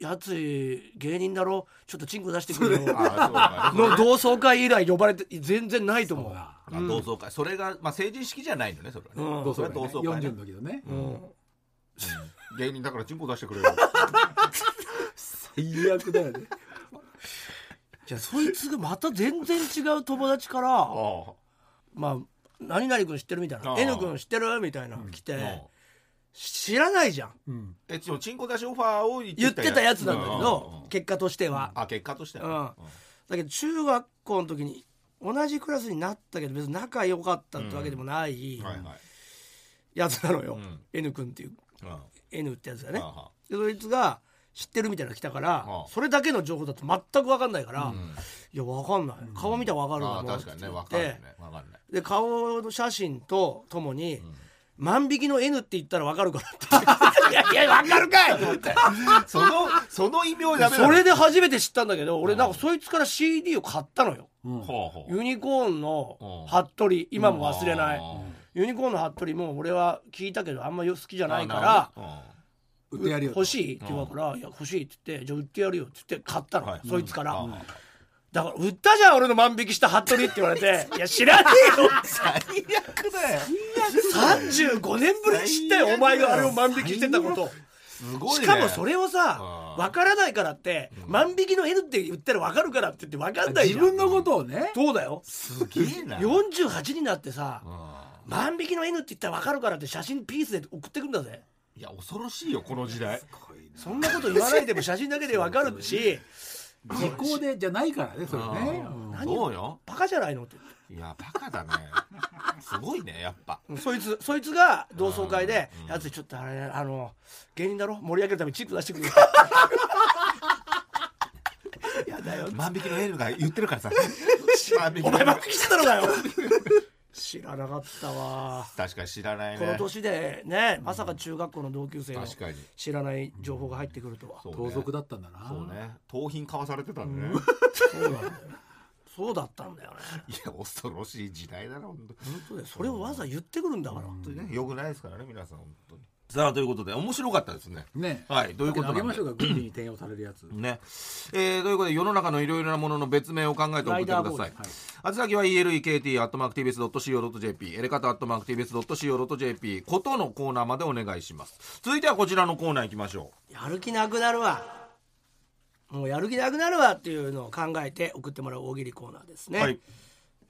[SPEAKER 1] やつい芸人だろちょっとチンコ出してくるよ
[SPEAKER 2] あーそう
[SPEAKER 1] の同窓会以来呼ばれて全然ないと思
[SPEAKER 3] そう
[SPEAKER 1] う
[SPEAKER 3] だ
[SPEAKER 2] あ同窓会それがまあ成人式じゃないのねそれはね
[SPEAKER 1] うん
[SPEAKER 3] 同
[SPEAKER 2] そ
[SPEAKER 3] 窓
[SPEAKER 2] れ
[SPEAKER 3] 会、
[SPEAKER 2] は同窓会ね
[SPEAKER 3] ね、40の時のね、
[SPEAKER 1] うん
[SPEAKER 2] 芸人だからチンコ出してくれよ
[SPEAKER 3] 最悪だよね
[SPEAKER 1] じゃあそいつがまた全然違う友達から [LAUGHS]
[SPEAKER 2] あ
[SPEAKER 1] まあ何々君知ってるみたいな
[SPEAKER 2] あ
[SPEAKER 1] 「
[SPEAKER 2] あ
[SPEAKER 1] N 君知ってる?」みたいなの来て、
[SPEAKER 2] あ
[SPEAKER 1] 知らないじゃん
[SPEAKER 3] うん
[SPEAKER 2] えちょチンコ出しオファーを言っ
[SPEAKER 1] 言ってたやつなんだけど、
[SPEAKER 2] うんうんうん
[SPEAKER 1] 結果としては、
[SPEAKER 2] あ結果としては
[SPEAKER 1] う
[SPEAKER 2] ね
[SPEAKER 1] んだけど中学校の時に同じクラスになったけど別に仲良かったってわけでもない
[SPEAKER 2] はいはい
[SPEAKER 1] やつなのよ、
[SPEAKER 2] うん
[SPEAKER 1] N 君っていう
[SPEAKER 2] うん
[SPEAKER 1] N ってやつだね
[SPEAKER 2] はあはあ
[SPEAKER 1] でそいつが知ってるみたいなの来たから、
[SPEAKER 2] ああ
[SPEAKER 1] それだけの情報だと全く分かんないから、いや分かんない顔見たら分かる
[SPEAKER 2] あ
[SPEAKER 1] わ
[SPEAKER 2] あ
[SPEAKER 1] もう
[SPEAKER 2] 確かにね
[SPEAKER 1] って言
[SPEAKER 2] わ
[SPEAKER 1] っ
[SPEAKER 2] かんない
[SPEAKER 1] て
[SPEAKER 2] ねわかんない
[SPEAKER 1] で顔の写真とともに、万引きの N って言ったら分かるからって
[SPEAKER 2] [LAUGHS]
[SPEAKER 1] いやいや分かるかいと思 [LAUGHS] って
[SPEAKER 2] そのその異名はダメだ
[SPEAKER 1] それで初めて知ったんだけど俺なんかそいつから CD を買ったのよ
[SPEAKER 2] ほうほう
[SPEAKER 1] ユニコーンの
[SPEAKER 2] うん
[SPEAKER 1] 服部今も忘れない
[SPEAKER 2] うん
[SPEAKER 1] ユニコーンの服部も俺は聞いたけどあんま好きじゃないか
[SPEAKER 2] なる
[SPEAKER 1] ら
[SPEAKER 2] ほどうん
[SPEAKER 3] 売ってやるよ
[SPEAKER 1] 欲しいって言うから「いや欲しい」って言って「じゃあ売ってやるよ」って言って買ったの、
[SPEAKER 2] はい
[SPEAKER 1] そいつから、
[SPEAKER 2] うん
[SPEAKER 1] だから「売ったじゃん俺の万引きした服部」って言われ [LAUGHS] て「いや知らねえよ」 [LAUGHS]
[SPEAKER 2] 最悪だよ
[SPEAKER 1] 35年ぶりに知ったよお前があれを万引きしてたこと
[SPEAKER 2] すご
[SPEAKER 1] し
[SPEAKER 2] いね
[SPEAKER 1] かもそれをさ
[SPEAKER 2] うん
[SPEAKER 1] 分からないからって万引きの N って言ったら分かるからって言って分かんないじ
[SPEAKER 3] 自
[SPEAKER 1] ゃん
[SPEAKER 3] 分のことをね
[SPEAKER 1] そうだよ
[SPEAKER 2] すげえなうん
[SPEAKER 1] 48になってさ万引きの N って言ったら分かるからって写真ピースで送ってくんだぜ
[SPEAKER 2] いや恐ろしいよこの時代
[SPEAKER 1] そんなこと言わないでも写真だけでわかる [LAUGHS] し
[SPEAKER 3] 時効でじゃないからねそれね
[SPEAKER 2] うん
[SPEAKER 1] 何
[SPEAKER 2] そうよ
[SPEAKER 1] バカじゃないのって
[SPEAKER 2] いやバカ [LAUGHS] だねすごいねやっぱ
[SPEAKER 1] そいつそいつが同窓会で
[SPEAKER 2] う
[SPEAKER 1] 「
[SPEAKER 2] ん
[SPEAKER 1] やつちょっとあれあの芸人だろ盛り上げるためにチップ出してくれ」 [LAUGHS] やだよ
[SPEAKER 2] 万引きのエルが言ってるから [LAUGHS] さ万引き
[SPEAKER 1] [LAUGHS] お
[SPEAKER 2] の
[SPEAKER 1] 前ばっかりしてたのかよ [LAUGHS] 知らなかったわ
[SPEAKER 2] 確かに知らないね
[SPEAKER 1] この年でねまさか中学校の同級生の
[SPEAKER 2] 確かに
[SPEAKER 1] 知らない情報が入ってくるとは
[SPEAKER 2] そうね
[SPEAKER 3] 盗賊だったんだな
[SPEAKER 2] そうね盗品買わされてたんだね、い
[SPEAKER 1] そうなんだよそうだったんだよね
[SPEAKER 2] や恐ろしい時代だな本当
[SPEAKER 1] 本当だよそれをわざわざ言ってくるんだから
[SPEAKER 2] 本当にねよくないですからね皆さん本当にさあということで面白かったですね
[SPEAKER 3] ね
[SPEAKER 2] はいどういうこと
[SPEAKER 3] あ
[SPEAKER 2] な
[SPEAKER 3] げ
[SPEAKER 2] ん
[SPEAKER 3] ま
[SPEAKER 2] で
[SPEAKER 3] しょうか軍事に転用されるやつ
[SPEAKER 2] ねえーということで世の中のいろいろなものの別名を考えて送ってくだ
[SPEAKER 1] ライダーボ
[SPEAKER 2] さ
[SPEAKER 1] ー
[SPEAKER 2] い
[SPEAKER 1] イ
[SPEAKER 2] あつ先は elekt.tbs.co.jp エレカタ .tbs.co.jp ことのコーナーまでお願いします続いてはこちらのコーナーいきましょ
[SPEAKER 1] やる気なくなるわもうやる気なくなるわっていうのを考えて送ってもらう大喜利コーナーです
[SPEAKER 2] う
[SPEAKER 1] ね、
[SPEAKER 2] はい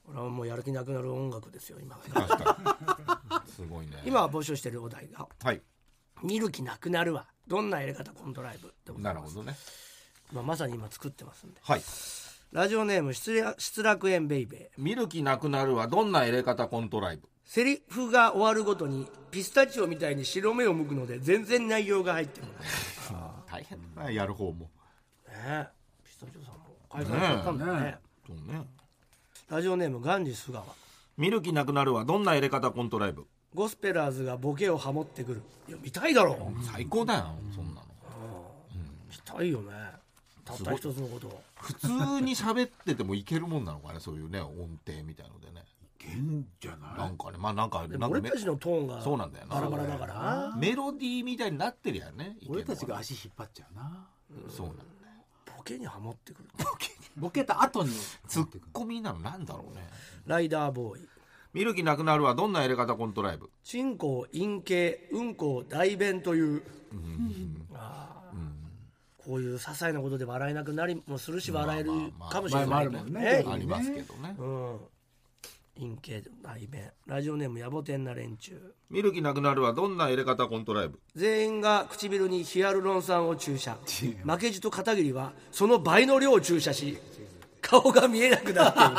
[SPEAKER 1] これはもうやる気なくなる音楽ですよ今がね
[SPEAKER 2] 確か [LAUGHS] にすごいね
[SPEAKER 1] 今募集してるお題が
[SPEAKER 2] はい
[SPEAKER 1] 「見る気なくなるわどんなやり方コントライブ」でござ
[SPEAKER 2] ないる
[SPEAKER 1] ま
[SPEAKER 2] ほ
[SPEAKER 1] す
[SPEAKER 2] どね
[SPEAKER 1] まあ、まさに今作ってますんで
[SPEAKER 2] はい
[SPEAKER 1] ラジオネーム失楽失楽園ベイベー
[SPEAKER 2] 見る気なくなるはどんなエレカタコントライブ
[SPEAKER 1] セリフが終わるごとにピスタチオみたいに白目を向くので全然内容が入ってこ
[SPEAKER 2] 大変だなやる方も
[SPEAKER 1] ないねピスタチオさんも解散しちゃったんだね
[SPEAKER 3] ねえ
[SPEAKER 2] そうね
[SPEAKER 1] ラジオネームガンジス川
[SPEAKER 2] 見る気なくなるはどんなエレカタコントライブ
[SPEAKER 1] ゴスペラーズがボケをハモってくるいや見たいだろう
[SPEAKER 2] 最高だよそんなの
[SPEAKER 1] 見たいよねたった一つのことを
[SPEAKER 2] 普通に喋っててもいけるもんなのかねそういうね音程みたいのでね
[SPEAKER 3] 現じゃ
[SPEAKER 2] な
[SPEAKER 3] なん
[SPEAKER 2] かねまあなんか
[SPEAKER 1] で
[SPEAKER 2] な
[SPEAKER 1] も俺
[SPEAKER 2] んかメ
[SPEAKER 1] たちのトーンが
[SPEAKER 2] そうなんだよな
[SPEAKER 1] バラバラだからな
[SPEAKER 2] メロディーみたいになってるやんね
[SPEAKER 3] い俺たちが
[SPEAKER 2] い
[SPEAKER 3] 足引っ張っちゃうな
[SPEAKER 2] けんのはそうなんだよ
[SPEAKER 1] ボケにハモってくる
[SPEAKER 3] ボケた後に
[SPEAKER 2] ツッコミなのなんだろうね
[SPEAKER 1] ライダーボーイ
[SPEAKER 2] 見る気なくなるはどんなエレカタコントライブ
[SPEAKER 1] チンコを陰茎うんこを代弁というあーこういう些細なことで笑えなくなりもするし笑える
[SPEAKER 2] まあまあまあ
[SPEAKER 1] かもしれ
[SPEAKER 3] まあま
[SPEAKER 1] ない
[SPEAKER 3] あある
[SPEAKER 1] ね
[SPEAKER 3] もんね
[SPEAKER 1] ね
[SPEAKER 2] ありますけどね
[SPEAKER 1] うん陰茎代弁ラジオネーム野暮天な連中
[SPEAKER 2] 見る気なくなるはどんなエレカタコントライブ
[SPEAKER 1] 全員が唇にヒアルロン酸を注射負けじと片桐はその倍の量を注射し顔が見えなくな
[SPEAKER 2] [LAUGHS]
[SPEAKER 1] っている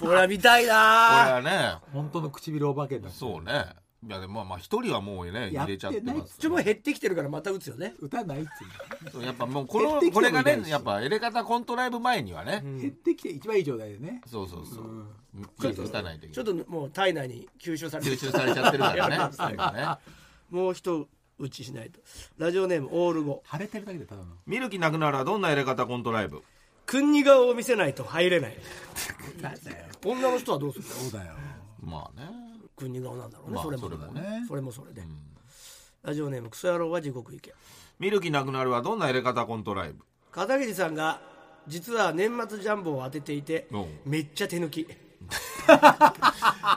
[SPEAKER 1] これは見たい
[SPEAKER 2] これ
[SPEAKER 1] な
[SPEAKER 2] はね
[SPEAKER 3] 本当の唇お化けだ
[SPEAKER 2] そうねいやでもまあまあ一人はもうね
[SPEAKER 3] や
[SPEAKER 2] 入
[SPEAKER 3] って
[SPEAKER 2] れちゃってま
[SPEAKER 3] ないっ
[SPEAKER 2] す
[SPEAKER 1] ちょもう減ってきてるからまた打つよね
[SPEAKER 3] 歌ないって
[SPEAKER 2] そうやっぱもうこの
[SPEAKER 3] 減ってきても
[SPEAKER 2] これが
[SPEAKER 3] いな
[SPEAKER 2] ね
[SPEAKER 3] いし
[SPEAKER 2] やっぱエレカタコントライブ前にはね
[SPEAKER 3] いう減ってきて一番いい状態でね
[SPEAKER 2] そうそうそうちょっと打たないといけ
[SPEAKER 1] ちょ
[SPEAKER 2] な
[SPEAKER 1] っ
[SPEAKER 2] い
[SPEAKER 1] ともう体内に吸収されて
[SPEAKER 2] 吸収されちゃってる [LAUGHS] からね最後ね
[SPEAKER 1] もう一打ちしないとラジオネームオール5
[SPEAKER 3] 腫れてるだけでただの
[SPEAKER 2] 見る気なくなるはどんな入れ方コントライブ
[SPEAKER 1] 君に顔を見せないと入れない
[SPEAKER 3] なんだよ
[SPEAKER 1] 女の人はどうするの
[SPEAKER 3] そうだよ
[SPEAKER 2] まあね
[SPEAKER 1] 君に顔なんだろうね、
[SPEAKER 2] まあ
[SPEAKER 1] それも
[SPEAKER 2] それも
[SPEAKER 3] ね
[SPEAKER 1] それもそれで、ラジオネームクソ野郎は地獄行け
[SPEAKER 2] 見る気なくなるはどんな入れ方コントライブ
[SPEAKER 1] 片桐さんが実は年末ジャンボを当てていて
[SPEAKER 2] おう
[SPEAKER 1] めっちゃ手抜き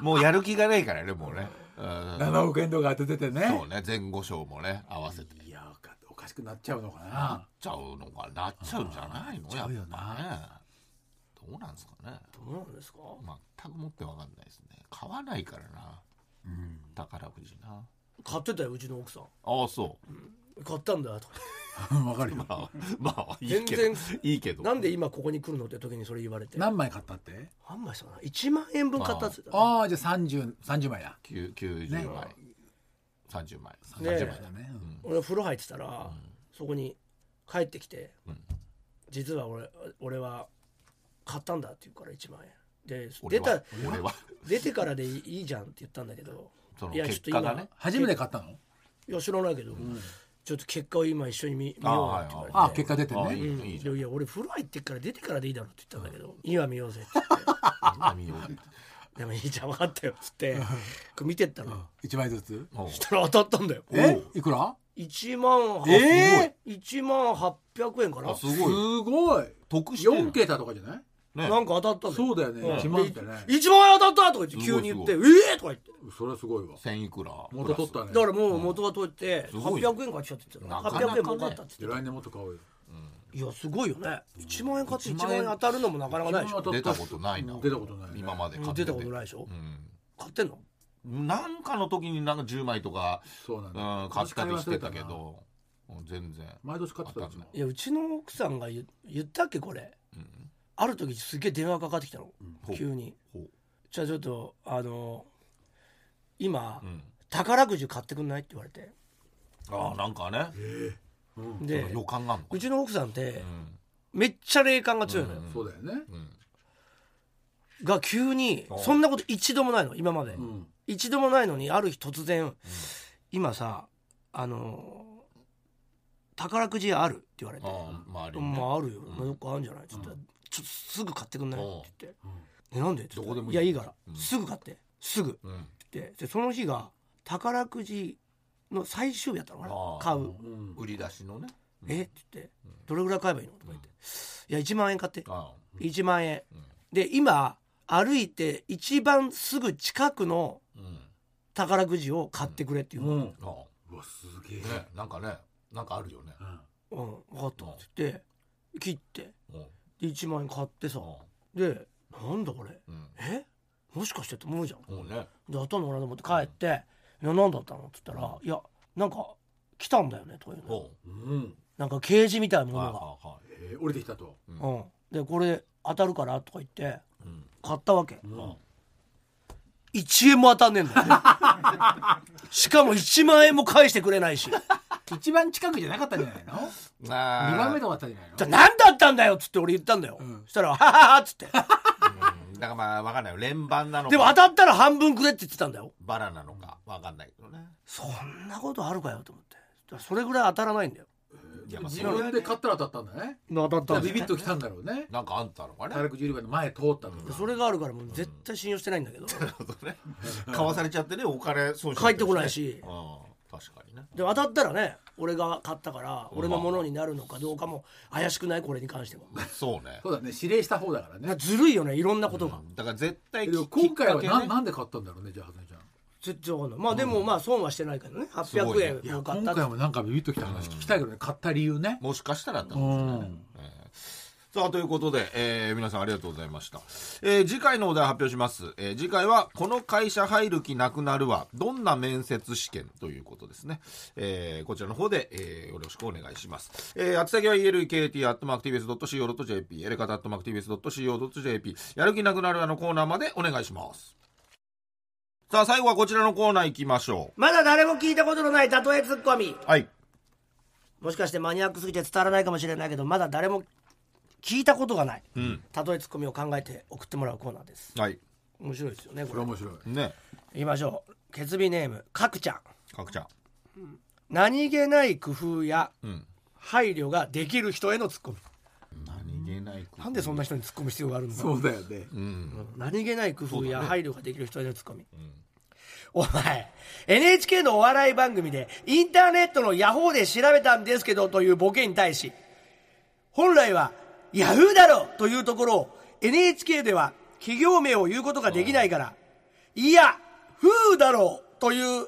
[SPEAKER 2] もうやる気がないからねもうねうん
[SPEAKER 3] 7億円とか当てててね
[SPEAKER 2] そうね前後賞もね合わせて
[SPEAKER 3] いやおかおかしくなっちゃうのかな
[SPEAKER 2] ちゃうのかなっちゃうんじゃないのやっ
[SPEAKER 3] うよ
[SPEAKER 2] ぱねどうなんですかね
[SPEAKER 1] どうなんですか
[SPEAKER 2] 全くもって分かんないですね買わないからな宝くじな
[SPEAKER 1] 買ってたようちの奥さん
[SPEAKER 2] ああそう
[SPEAKER 1] 買ったんだよとか
[SPEAKER 3] [LAUGHS] わかる
[SPEAKER 2] ま
[SPEAKER 3] よ
[SPEAKER 2] あまあいいけど
[SPEAKER 1] 全然
[SPEAKER 2] いいけど
[SPEAKER 1] なんで今ここに来るのって時にそれ言われて
[SPEAKER 3] 何枚買ったって
[SPEAKER 1] 何枚したかな1万円分買ったっつってたね
[SPEAKER 3] ああじゃあ30 30枚だ
[SPEAKER 2] きゅ90枚30枚
[SPEAKER 1] ねえ
[SPEAKER 2] 30枚
[SPEAKER 3] だね
[SPEAKER 1] 俺風呂入ってたら、そこに帰ってきて、
[SPEAKER 2] ん
[SPEAKER 1] 実は俺俺は買ったんだって言うから1万円で
[SPEAKER 2] 俺
[SPEAKER 1] 出
[SPEAKER 2] は
[SPEAKER 1] た
[SPEAKER 2] 俺は
[SPEAKER 1] 出てからでいいいいじゃんって言ったんだけど
[SPEAKER 2] その
[SPEAKER 1] いや
[SPEAKER 2] 結果がね
[SPEAKER 3] 初めて買ったの
[SPEAKER 1] いや知らないけど、ちょっと結果を今一緒に見見ようって言われて
[SPEAKER 3] ああ結果出て
[SPEAKER 2] ああい
[SPEAKER 3] ね
[SPEAKER 2] い
[SPEAKER 1] うん
[SPEAKER 2] いいじ
[SPEAKER 1] でいや俺風呂入ってっから出てからでいいだろって言ったんだけど、今見ようぜって
[SPEAKER 2] ゃん見よう
[SPEAKER 1] 言ってでもいいじゃん分かったよっつってこう見てったの
[SPEAKER 3] 1枚ずつ
[SPEAKER 2] もう
[SPEAKER 1] そしたら当たったんだよ
[SPEAKER 3] えいくら
[SPEAKER 1] 1万
[SPEAKER 3] え
[SPEAKER 1] 1万800円かな
[SPEAKER 2] あす
[SPEAKER 3] す
[SPEAKER 2] ごい
[SPEAKER 3] ごい
[SPEAKER 2] 得してん
[SPEAKER 3] 4桁とかじゃない
[SPEAKER 2] ね
[SPEAKER 1] なんか当たったんだよ
[SPEAKER 3] そうだよね
[SPEAKER 1] ん
[SPEAKER 3] 1万ってね
[SPEAKER 1] で一万円当たったとか言って
[SPEAKER 2] す
[SPEAKER 1] 急
[SPEAKER 2] ごい
[SPEAKER 1] に言って「え
[SPEAKER 2] す
[SPEAKER 1] えー!」とか言って
[SPEAKER 3] それはすごいわ
[SPEAKER 2] 千いくら
[SPEAKER 3] 元取ったね
[SPEAKER 1] だからもう元は取って
[SPEAKER 2] すごい
[SPEAKER 1] 800円買っちゃって言ってた
[SPEAKER 2] なかなか
[SPEAKER 1] 800
[SPEAKER 2] ね
[SPEAKER 1] 円儲かったって
[SPEAKER 3] じ
[SPEAKER 1] 言
[SPEAKER 3] ゃ
[SPEAKER 1] っ
[SPEAKER 3] あ来年もっと買おうよ
[SPEAKER 1] ていやすごいよね1万円買って1万円当たるのもなかなかないでしょ
[SPEAKER 2] 出たことないな
[SPEAKER 3] 出たことないね
[SPEAKER 2] 今まで
[SPEAKER 1] うん出たことない
[SPEAKER 2] い
[SPEAKER 1] でしょ
[SPEAKER 2] うん
[SPEAKER 1] 買ってんの
[SPEAKER 2] なんかの時になんか10枚とか、
[SPEAKER 3] そうなん
[SPEAKER 2] う
[SPEAKER 3] だ、
[SPEAKER 2] ん、買ったりしてたけど、うん全然。
[SPEAKER 3] 毎年買ってたでし
[SPEAKER 2] 当たんない
[SPEAKER 3] ょ
[SPEAKER 1] いやうちの奥さんが言言ったっけこれ
[SPEAKER 2] うん
[SPEAKER 1] ある時すげえ電話かかってきたの、
[SPEAKER 2] ほう
[SPEAKER 1] 急に
[SPEAKER 2] ほう
[SPEAKER 1] じゃあちょっとあの今、
[SPEAKER 2] うん
[SPEAKER 1] 宝くじ買ってくんないって言われて
[SPEAKER 2] ああ、なんかね、
[SPEAKER 3] うん
[SPEAKER 1] で
[SPEAKER 2] 予感があるのか
[SPEAKER 1] うちの奥さんって
[SPEAKER 2] うん
[SPEAKER 1] めっちゃ霊感が強いのよ、
[SPEAKER 3] そうだよね
[SPEAKER 2] うん
[SPEAKER 1] が急に
[SPEAKER 2] うん
[SPEAKER 1] そんなこと一度もないの今まで、
[SPEAKER 3] うん
[SPEAKER 1] 一度もないのにある日突然、今さあの宝くじあるって言われて
[SPEAKER 2] ああ、周りにね
[SPEAKER 1] まああるよ、ま
[SPEAKER 2] う
[SPEAKER 1] あ、
[SPEAKER 2] ん
[SPEAKER 1] よくあるんじゃないっつって、
[SPEAKER 3] う
[SPEAKER 1] ちょっとすぐ買ってくんない
[SPEAKER 2] うん
[SPEAKER 1] って言って「えなんで?」って言
[SPEAKER 2] どこでもいい
[SPEAKER 1] いやいいから、
[SPEAKER 2] うん
[SPEAKER 1] すぐ買ってすぐ」
[SPEAKER 2] うん
[SPEAKER 1] ってでその日が宝くじの最終日やったのかな
[SPEAKER 2] ああ
[SPEAKER 1] 買
[SPEAKER 3] う
[SPEAKER 1] うん
[SPEAKER 2] 売り出しのね。
[SPEAKER 1] 「えっ?」て言って「どれぐらい買えばいいの?」とか言って「いや1万円買って
[SPEAKER 2] あ
[SPEAKER 1] 1万円
[SPEAKER 2] あ、うん」
[SPEAKER 1] で今歩いて一番すぐ近くの
[SPEAKER 2] うん。
[SPEAKER 1] 宝くじを買ってくれっていう、
[SPEAKER 3] う
[SPEAKER 1] うん
[SPEAKER 3] ん
[SPEAKER 2] ああ
[SPEAKER 3] うわすげえ、
[SPEAKER 2] ね、なんかね、なんかあるよね。
[SPEAKER 1] 分かった」って言って切って
[SPEAKER 2] うん。
[SPEAKER 1] で1万円買ってさ
[SPEAKER 2] う
[SPEAKER 1] でなんだこれ
[SPEAKER 2] ん。
[SPEAKER 1] えもしかしてって思うじゃん
[SPEAKER 2] うん。もうね。
[SPEAKER 1] で頭の裏で持って帰って「いや何だったの?」っつったら「いやなんか来たんだよね」というの
[SPEAKER 2] ほ
[SPEAKER 3] うん、うん
[SPEAKER 1] なんかケージみたいな
[SPEAKER 2] う。
[SPEAKER 1] も
[SPEAKER 2] はい
[SPEAKER 1] のが
[SPEAKER 2] はいはい。
[SPEAKER 3] えー、降りてきたと、
[SPEAKER 2] いは
[SPEAKER 1] うんでこれ当たるからとか言って
[SPEAKER 2] うん。
[SPEAKER 1] 買ったわけ
[SPEAKER 3] うん
[SPEAKER 1] 1円も当たんねえんだよしかも1万円も返してくれないし「
[SPEAKER 3] 一番近くじゃなかったんじゃないの
[SPEAKER 2] な
[SPEAKER 3] 二番目とかだったんじゃないの
[SPEAKER 1] じゃあ何だったんだよ」っつって俺言ったんだよ、そしたら「ははは」っつって
[SPEAKER 2] うんだからまあわかんないよ連番なのか
[SPEAKER 1] でも当たったら半分くれって言ってたんだよ
[SPEAKER 2] バラなのかわかんないけどね
[SPEAKER 1] そんなことあるかよと思ってだからそれぐらい当たらないんだよ
[SPEAKER 2] いやまあ
[SPEAKER 3] 自
[SPEAKER 2] それは
[SPEAKER 3] 分で
[SPEAKER 2] ね
[SPEAKER 3] 買ったら当たったんだね
[SPEAKER 1] 当たっ
[SPEAKER 3] だから
[SPEAKER 1] んだ
[SPEAKER 3] ビ
[SPEAKER 1] よ
[SPEAKER 3] ビッときたんだろうね
[SPEAKER 2] なんかあんたのかね
[SPEAKER 3] 宝くじ売り場の前通ったのか
[SPEAKER 1] それがあるからもう絶対信用してないんだけど、
[SPEAKER 2] なるほどね [LAUGHS] 買わされちゃってねお金損失
[SPEAKER 1] 帰ってこない
[SPEAKER 2] [LAUGHS]
[SPEAKER 1] し
[SPEAKER 2] うん確かにね
[SPEAKER 1] で当たったらね俺が買ったから俺のものになるのかどうかも怪しくないこれに関しては
[SPEAKER 2] そうね
[SPEAKER 3] そうだね指令した方だからね
[SPEAKER 1] ずるいよねいろんなことが、
[SPEAKER 2] だから絶対
[SPEAKER 3] でも
[SPEAKER 2] き
[SPEAKER 3] 今回は
[SPEAKER 2] きっか
[SPEAKER 3] な,、
[SPEAKER 2] けね
[SPEAKER 3] なんで買ったんだろうねじゃあはずねちゃん
[SPEAKER 1] 絶対わかんないまあでもまあ損はしてないからね
[SPEAKER 2] すごいね
[SPEAKER 1] 800円
[SPEAKER 3] いや
[SPEAKER 1] も買っ
[SPEAKER 3] 今
[SPEAKER 1] た
[SPEAKER 3] 回もなんかビビッときた話聞きたいけどね買った理由ね
[SPEAKER 2] もしかしたらあったかもしれないね
[SPEAKER 3] うん
[SPEAKER 2] えーさあということで、えー皆さんありがとうございました、えー次回のお題発表します、えー次回は「この会社入る気なくなるはどんな面接試験?」ということですね、えーこちらの方で、えーよろしくお願いします、えー、宛先は elkt.mactvs.co.jp エレカタ .mactvs.co.jp やる気なくなるはのコーナーまでお願いしますさあ最後はこちらのコーナー行きましょ
[SPEAKER 1] まだ誰も聞いたことのない例えツッコミ
[SPEAKER 2] うはい
[SPEAKER 1] もしかしてマニアックすぎて伝わらないかもしれないけどまだ誰も聞いたことがない、例えツッコミを考えて送ってもらうコーナーです
[SPEAKER 2] はい
[SPEAKER 1] 面白いですよねこ
[SPEAKER 3] これ
[SPEAKER 1] れ
[SPEAKER 3] 面白い
[SPEAKER 2] ね
[SPEAKER 1] いきましょうケツビネームかくちゃん
[SPEAKER 2] かくちゃん
[SPEAKER 1] 何気ない工夫や
[SPEAKER 2] ん
[SPEAKER 1] 配慮ができる人へのツッコミ
[SPEAKER 2] 何気ないこと
[SPEAKER 1] なんでそんな人に突っ込む必要があるんだ
[SPEAKER 3] そうだよね
[SPEAKER 1] 何気ない工夫や配慮ができる人へのツッコミ、お前 NHK のお笑い番組でインターネットのヤホーで調べたんですけどというボケに対し本来はヤフーだろというところを NHK では企業名を言うことができないからいやフーだろうという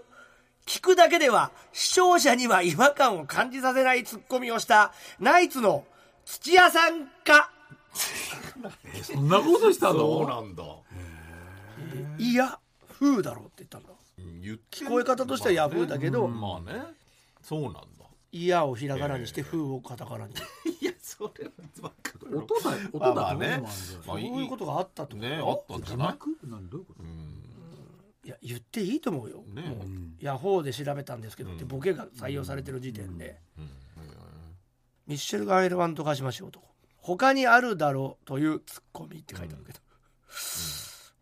[SPEAKER 1] 聞くだけでは視聴者には違和感を感じさせないツッコミをしたナイツの土屋さんか
[SPEAKER 3] そんなことした
[SPEAKER 2] そう
[SPEAKER 3] の
[SPEAKER 2] なんだ
[SPEAKER 1] いやフーだろうって言ったんだ
[SPEAKER 2] 言って
[SPEAKER 1] 聞こえ方としてはヤフーだけど
[SPEAKER 2] まあね,、まあねそうなんだ
[SPEAKER 1] いやをひらがなにして、フーをカタカナに。
[SPEAKER 2] いやそれは分かる
[SPEAKER 3] 音だ音だ
[SPEAKER 2] まあ
[SPEAKER 3] と
[SPEAKER 2] まあ
[SPEAKER 3] 思う
[SPEAKER 2] ね
[SPEAKER 3] のあんじゃない
[SPEAKER 2] ま
[SPEAKER 1] そ
[SPEAKER 2] あ
[SPEAKER 1] う
[SPEAKER 2] いい
[SPEAKER 1] いうことがあったってこと
[SPEAKER 2] ねあったんじゃ
[SPEAKER 3] 字
[SPEAKER 2] ない
[SPEAKER 3] 幕なんどういうこと
[SPEAKER 1] いや、言っていいと思うよ。
[SPEAKER 2] ね
[SPEAKER 1] もうヤホーで調べたんですけど、ってボケが採用されてる時点で。ミッシェル・ガンエルワンと化しましょうと。他にあるだろうというツッコミって書いてあるけど。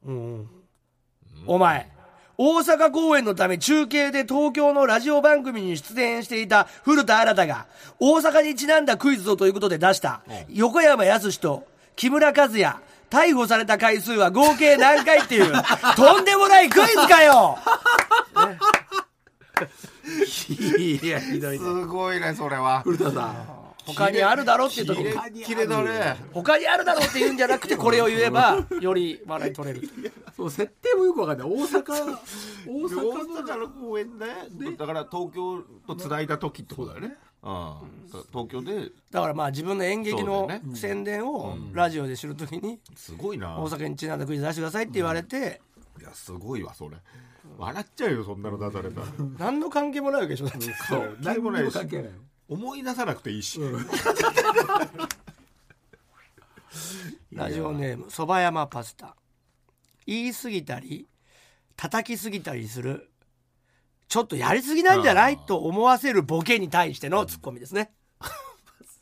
[SPEAKER 1] うんうんお前。大阪公演のため中継で東京のラジオ番組に出演していた古田新太が大阪にちなんだクイズをということで出した横山やすしと木村和也逮捕された回数は合計何回っていうとんでもないクイズかよいやひどい
[SPEAKER 2] すごいねそれは
[SPEAKER 3] 古田さ
[SPEAKER 1] 他にあるだろっていうとこ
[SPEAKER 3] ひどい
[SPEAKER 2] 綺麗だね
[SPEAKER 1] 他にあるだろうって言うんじゃなくてこれを言えばより笑い取れる
[SPEAKER 3] んその設定もよくわかんない大阪大
[SPEAKER 2] 大
[SPEAKER 3] 阪
[SPEAKER 2] 阪の公園ねだから東京とつないだ時ってことだよねうん、東京で
[SPEAKER 1] だからまあ自分の演劇
[SPEAKER 2] そう
[SPEAKER 1] の
[SPEAKER 2] だよね
[SPEAKER 1] 宣伝をラジオで知るときに
[SPEAKER 2] すごいな
[SPEAKER 1] 大阪にちなんだクイズ出してくださいって言われて
[SPEAKER 2] いやすごいわそれ笑っちゃうよそんなの出されたら
[SPEAKER 1] 何の関係もないわけでしょだって
[SPEAKER 2] そう何もないし
[SPEAKER 3] 関係ない
[SPEAKER 2] 思い出さなくていいし、
[SPEAKER 1] ラジオネームそば山パスタ言い過ぎたり叩きすぎたりするちょっとやりすぎなんじゃないと思わせるボケに対してのツッコミですね。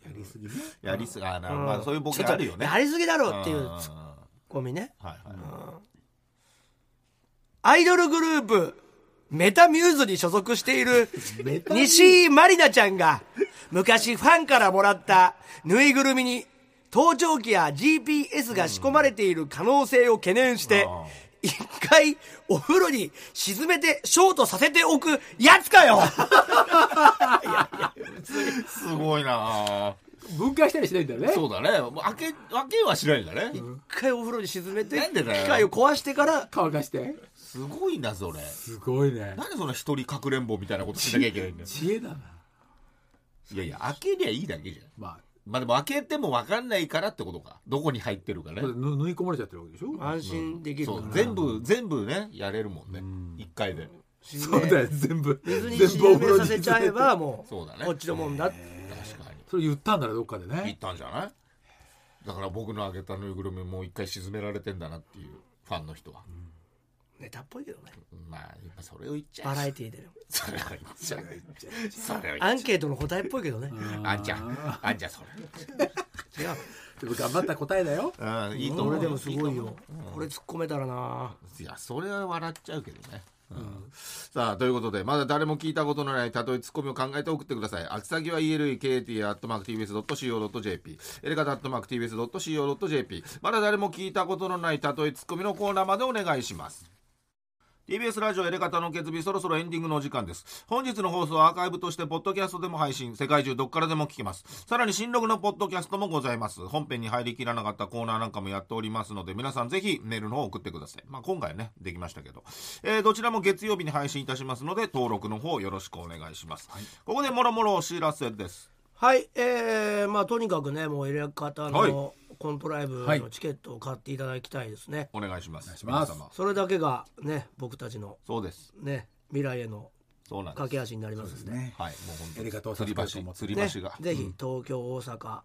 [SPEAKER 3] やりすぎね
[SPEAKER 2] やりすぎあな、まあ、そういうボケ
[SPEAKER 1] ちょっと
[SPEAKER 2] あるよね
[SPEAKER 1] やりすぎだ
[SPEAKER 2] うん
[SPEAKER 1] ろってい
[SPEAKER 2] うん
[SPEAKER 1] う
[SPEAKER 2] うん
[SPEAKER 1] ツッ
[SPEAKER 2] は
[SPEAKER 1] コミね。
[SPEAKER 2] いはい
[SPEAKER 1] アイドルグループ、メタミューズに所属している
[SPEAKER 3] メタミューズ
[SPEAKER 1] 西井まりなちゃんが、昔ファンからもらったぬいぐるみに、盗聴器や GPS が仕込まれている可能性を懸念して
[SPEAKER 2] ああ、
[SPEAKER 1] 一回お風呂に沈めてショートさせておくやつかよ
[SPEAKER 2] すごいな
[SPEAKER 3] 分解したりしないんだよね
[SPEAKER 2] そうだねもう開け開けはしないんだね
[SPEAKER 1] 一回お風呂に沈めて、
[SPEAKER 2] なんで
[SPEAKER 1] 機
[SPEAKER 2] だよ
[SPEAKER 1] 械を壊してから、
[SPEAKER 3] 乾かして
[SPEAKER 2] すごいなそれ
[SPEAKER 3] すごいね
[SPEAKER 2] なんでそんな一人かくれんぼみたいなことしなきゃいけないんだよ
[SPEAKER 3] 知恵だない
[SPEAKER 2] やいや開けりゃいいだけじゃん
[SPEAKER 3] まあ
[SPEAKER 2] まあでも開けても分かんないからってことかどこに入ってるかね
[SPEAKER 3] だってぬ縫い込まれちゃってるわけでしょ
[SPEAKER 1] 安心できる
[SPEAKER 2] そ
[SPEAKER 1] から
[SPEAKER 2] う
[SPEAKER 1] ね。
[SPEAKER 2] 全部全部ねやれるもんね一回で
[SPEAKER 1] 沈め
[SPEAKER 3] そうだよ [LAUGHS] 全部
[SPEAKER 1] 水に沈めさせちゃえばもう
[SPEAKER 2] そうだね
[SPEAKER 1] こっちのもんだって
[SPEAKER 2] 確かに
[SPEAKER 3] それ言ったんだろどっかで
[SPEAKER 2] 行っ
[SPEAKER 3] ね
[SPEAKER 2] たんじゃないだから僕のあげたぬいぐるみもう一回沈められてんだなっていうファンの人は、
[SPEAKER 1] ネタっぽいけどね
[SPEAKER 2] まあやっぱそれを言っちゃ
[SPEAKER 1] バ
[SPEAKER 2] う
[SPEAKER 1] ラエティーでね
[SPEAKER 2] それを言っちゃうそれを言
[SPEAKER 1] ア
[SPEAKER 2] っ
[SPEAKER 1] ン
[SPEAKER 2] ち
[SPEAKER 1] ケートの答えっぽいけどね
[SPEAKER 2] ゃうあんちゃんあんちゃんそれ
[SPEAKER 1] 違う
[SPEAKER 3] でも頑張った答えだよ
[SPEAKER 2] うんいいと思
[SPEAKER 1] こ
[SPEAKER 2] う
[SPEAKER 1] れでもすごい
[SPEAKER 2] と思
[SPEAKER 1] よこれ突っ込めたらな
[SPEAKER 2] ういやそれは笑っちゃうけどねさあということでまだ誰も聞いたことのないたとえツッコミを考えて送ってください宛先は elekt.tbs.co.jp エレカタ .tbs.co.jp まだ誰も聞いたことのないたとえツッコミのコーナーまでお願いします TBS ラジオエレガタの決日そろそろエンディングのお時間です本日の放送はアーカイブとしてポッドキャストでも配信世界中どっからでも聞けますさらに新録のポッドキャストもございます本編に入りきらなかったコーナーなんかもやっておりますので皆さんぜひメールの方を送ってくださいまあ今回はねできましたけど、えーどちらも月曜日に配信いたしますので登録の方よろしくお願いします、ここでもろもろお知らせです
[SPEAKER 1] はいえーまあとにかくねもうエレカタ
[SPEAKER 2] はい
[SPEAKER 1] のコントライブ
[SPEAKER 3] はい
[SPEAKER 1] のチケットを買っていただきたいですね
[SPEAKER 2] お願いします
[SPEAKER 3] お願いします
[SPEAKER 2] 皆様
[SPEAKER 1] それだけがね僕たちの
[SPEAKER 2] そうです
[SPEAKER 1] ね未来への
[SPEAKER 2] そうなんで
[SPEAKER 1] 架
[SPEAKER 2] す
[SPEAKER 1] け橋になりますんで
[SPEAKER 3] ね
[SPEAKER 2] はいもう本当
[SPEAKER 3] エレ
[SPEAKER 2] に
[SPEAKER 3] ガタを
[SPEAKER 2] 吊り
[SPEAKER 3] 助けようと思
[SPEAKER 2] 橋
[SPEAKER 3] って
[SPEAKER 2] 吊
[SPEAKER 1] ね
[SPEAKER 2] り橋が、
[SPEAKER 1] ぜひ東京大阪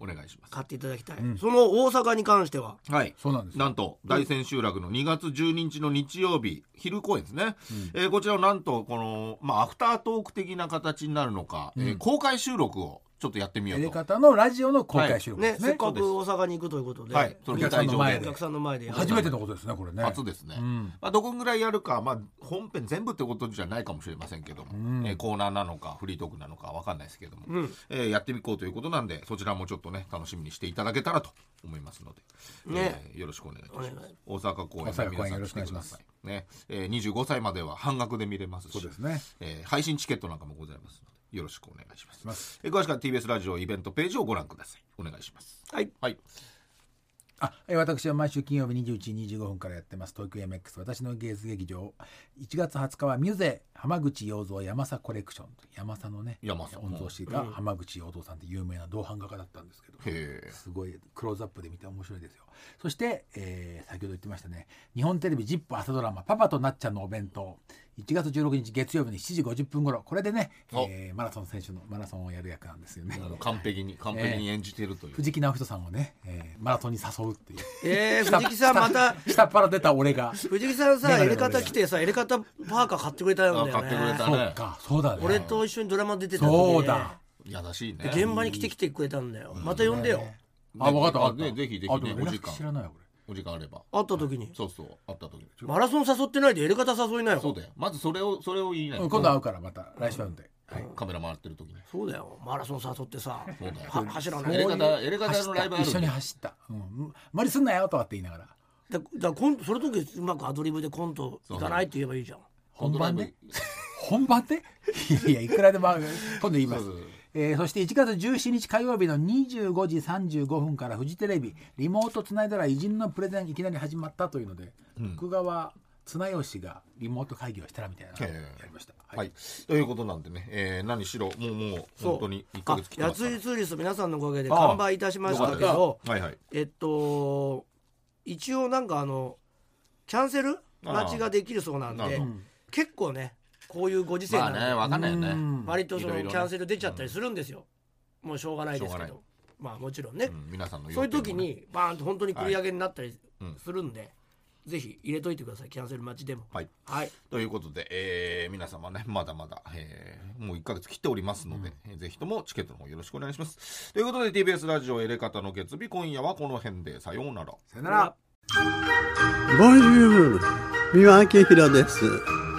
[SPEAKER 2] お願いします
[SPEAKER 1] 買っていただきたいその大阪に関しては
[SPEAKER 2] はい
[SPEAKER 3] そうなんですよ
[SPEAKER 2] なんと大仙集落の2月12日の日曜日昼公演ですね、えーこちらをなんとこの、まあ、アフタートーク的な形になるのか、えー公開収録をちょっとやってみよ
[SPEAKER 3] や
[SPEAKER 2] う
[SPEAKER 3] り
[SPEAKER 2] と。
[SPEAKER 3] 方のラジオの公開収録で
[SPEAKER 1] ね
[SPEAKER 3] す
[SPEAKER 1] せ
[SPEAKER 3] ね
[SPEAKER 1] っかく大阪に行くということで
[SPEAKER 2] はい、その
[SPEAKER 3] お
[SPEAKER 2] 舞
[SPEAKER 3] 客さ
[SPEAKER 2] 台
[SPEAKER 3] んの
[SPEAKER 2] 上
[SPEAKER 3] 前
[SPEAKER 2] で
[SPEAKER 1] お客さんの前でやる
[SPEAKER 3] 初めてのことですねこれね
[SPEAKER 2] 初ですね、
[SPEAKER 3] ん
[SPEAKER 2] まあ、どこぐらいやるか、まあ、本編全部ってことじゃないかもしれませんけども、えーコーナーなのかフリートークなのかわかんないですけども、えーやってみこうということなんでそちらもちょっとね楽しみにしていただけたらと思いますので、
[SPEAKER 1] ね
[SPEAKER 2] えーよろしくお願いいたし
[SPEAKER 1] お
[SPEAKER 2] ま
[SPEAKER 1] 願
[SPEAKER 2] す
[SPEAKER 1] い
[SPEAKER 2] 大阪公演
[SPEAKER 3] 大阪公
[SPEAKER 2] 皆さ
[SPEAKER 3] 演
[SPEAKER 2] ん
[SPEAKER 3] よろしくお願いしま
[SPEAKER 2] 来て
[SPEAKER 3] す
[SPEAKER 2] くださいねえー、25歳までは半額で見れますし
[SPEAKER 3] そうですね
[SPEAKER 2] えー配信チケットなんかもございますのでよろしくお願いします
[SPEAKER 3] ま
[SPEAKER 2] えー詳しくは TBS ラジオイベントページをご覧くださいお願いします
[SPEAKER 1] はい
[SPEAKER 2] はい
[SPEAKER 3] あえー私は毎週金曜日21時25分からやってます東京 MX 私の芸術劇場1月20日はミュゼ浜口洋三山佐コレクションという山佐のね
[SPEAKER 2] 山佐
[SPEAKER 3] 御曹司が浜口洋三さんって有名な銅版画家だったんですけど
[SPEAKER 2] へえ
[SPEAKER 3] すごいクローズアップで見て面白いですよそして、えー先ほど言ってましたね日本テレビ ZIP 朝ドラマ「パパとなっちゃんのお弁当」1月16日月曜日の7時50分頃これでね、
[SPEAKER 2] お
[SPEAKER 3] えーマラソン選手のマラソンをやる役なんですよね
[SPEAKER 2] もう完璧に完璧に演じているという、
[SPEAKER 3] 藤木直人さんをね、えーマラソンに誘うっていう
[SPEAKER 1] えー [LAUGHS] 藤木さんまた
[SPEAKER 3] 下っ腹出た俺が
[SPEAKER 1] 藤木さん
[SPEAKER 3] メ
[SPEAKER 1] さ
[SPEAKER 3] ガネ
[SPEAKER 1] エ
[SPEAKER 3] の
[SPEAKER 1] レカタ来てさエレカタパーカー買ってくれたんだよね
[SPEAKER 2] あ買ってくれた
[SPEAKER 3] そっかそうだね
[SPEAKER 1] 俺と一緒にドラマ出てた時に
[SPEAKER 3] そうだ
[SPEAKER 2] 優しいね
[SPEAKER 1] 現場に来てきてくれたんだよまた呼んでよ
[SPEAKER 3] あ分かった
[SPEAKER 2] あ
[SPEAKER 3] 分かっ
[SPEAKER 2] ね
[SPEAKER 3] た
[SPEAKER 2] ぜひぜひね
[SPEAKER 3] あでも
[SPEAKER 2] お時
[SPEAKER 3] 俺
[SPEAKER 2] 間
[SPEAKER 3] 知らないわ俺
[SPEAKER 2] お時間あれば
[SPEAKER 1] 会った時に
[SPEAKER 2] そうそう会った時に
[SPEAKER 1] マラソン誘ってないでエレカタ誘いなよ
[SPEAKER 2] そうだよまずそれをそれを言いない
[SPEAKER 3] 今度会うからまた来週会うんで
[SPEAKER 2] カメラ回ってる時に
[SPEAKER 1] そうだよマラソン誘ってさ
[SPEAKER 2] そうだよ
[SPEAKER 1] は走らな
[SPEAKER 2] エ
[SPEAKER 1] い
[SPEAKER 2] レ
[SPEAKER 1] だ
[SPEAKER 2] ガタエレガタ
[SPEAKER 3] 走
[SPEAKER 2] の
[SPEAKER 3] っ
[SPEAKER 2] ライブ
[SPEAKER 3] た
[SPEAKER 2] ある
[SPEAKER 3] 一緒
[SPEAKER 2] ん
[SPEAKER 3] に
[SPEAKER 2] で
[SPEAKER 3] 走ったうん無理すんなよとかって言いながら
[SPEAKER 1] だだこんその時うまくアドリブでコント行かないって言えばいいじゃん
[SPEAKER 3] 本番で
[SPEAKER 2] コントライ
[SPEAKER 3] 本番で [LAUGHS] いやいくらでもある今度言います
[SPEAKER 2] そうそう
[SPEAKER 3] えーそして1月17日火曜日の25時35分からフジテレビリモートつないだら偉人のプレゼンいきなり始まったというので、徳川綱吉がリモート会議をしたらみたいなのをや
[SPEAKER 2] へえ
[SPEAKER 3] りました、
[SPEAKER 2] ブはいということなんでね、えー、何しろもうもう本当に一ヶ月来て
[SPEAKER 1] あ
[SPEAKER 2] ま
[SPEAKER 1] や
[SPEAKER 2] すか
[SPEAKER 1] つ
[SPEAKER 2] ら
[SPEAKER 1] いツーリスト皆さんのおかげで
[SPEAKER 2] ああ
[SPEAKER 1] 完売いたしましたけ
[SPEAKER 2] よか
[SPEAKER 1] ど
[SPEAKER 2] ったですはいはい
[SPEAKER 1] えっと一応なんかあのキャンセル待ちができるそうなん
[SPEAKER 2] なる
[SPEAKER 1] で
[SPEAKER 2] ほ
[SPEAKER 1] 結構ねこういうご時世な
[SPEAKER 2] まあ
[SPEAKER 1] んで、
[SPEAKER 2] ねわかんないよ
[SPEAKER 3] う
[SPEAKER 2] ね
[SPEAKER 3] ん
[SPEAKER 1] 割とそ
[SPEAKER 2] いろ
[SPEAKER 1] の
[SPEAKER 2] いろね
[SPEAKER 1] キャンセル出ちゃったりするんですよ、もうしょうがないですけ
[SPEAKER 2] しょうがな
[SPEAKER 1] どまあもちろんね、
[SPEAKER 2] うん皆さんの
[SPEAKER 1] そういう
[SPEAKER 2] 要求
[SPEAKER 1] 時
[SPEAKER 2] もね
[SPEAKER 1] にバーンと本当に繰り上げになったり
[SPEAKER 2] うん
[SPEAKER 1] するんで、ぜひ入れといてくださいキャンセル待ちでも
[SPEAKER 2] はい
[SPEAKER 1] はい
[SPEAKER 2] ということで、えー皆様ね、まだまだ、えーもう1ヶ月切っておりますので、えーぜひともチケットの方よろしくお願いします。ということで、TBS ラジオエレカタの月日、今夜はこの辺で、さようなら。
[SPEAKER 3] さよなら
[SPEAKER 4] ボンジュール三輪明宏です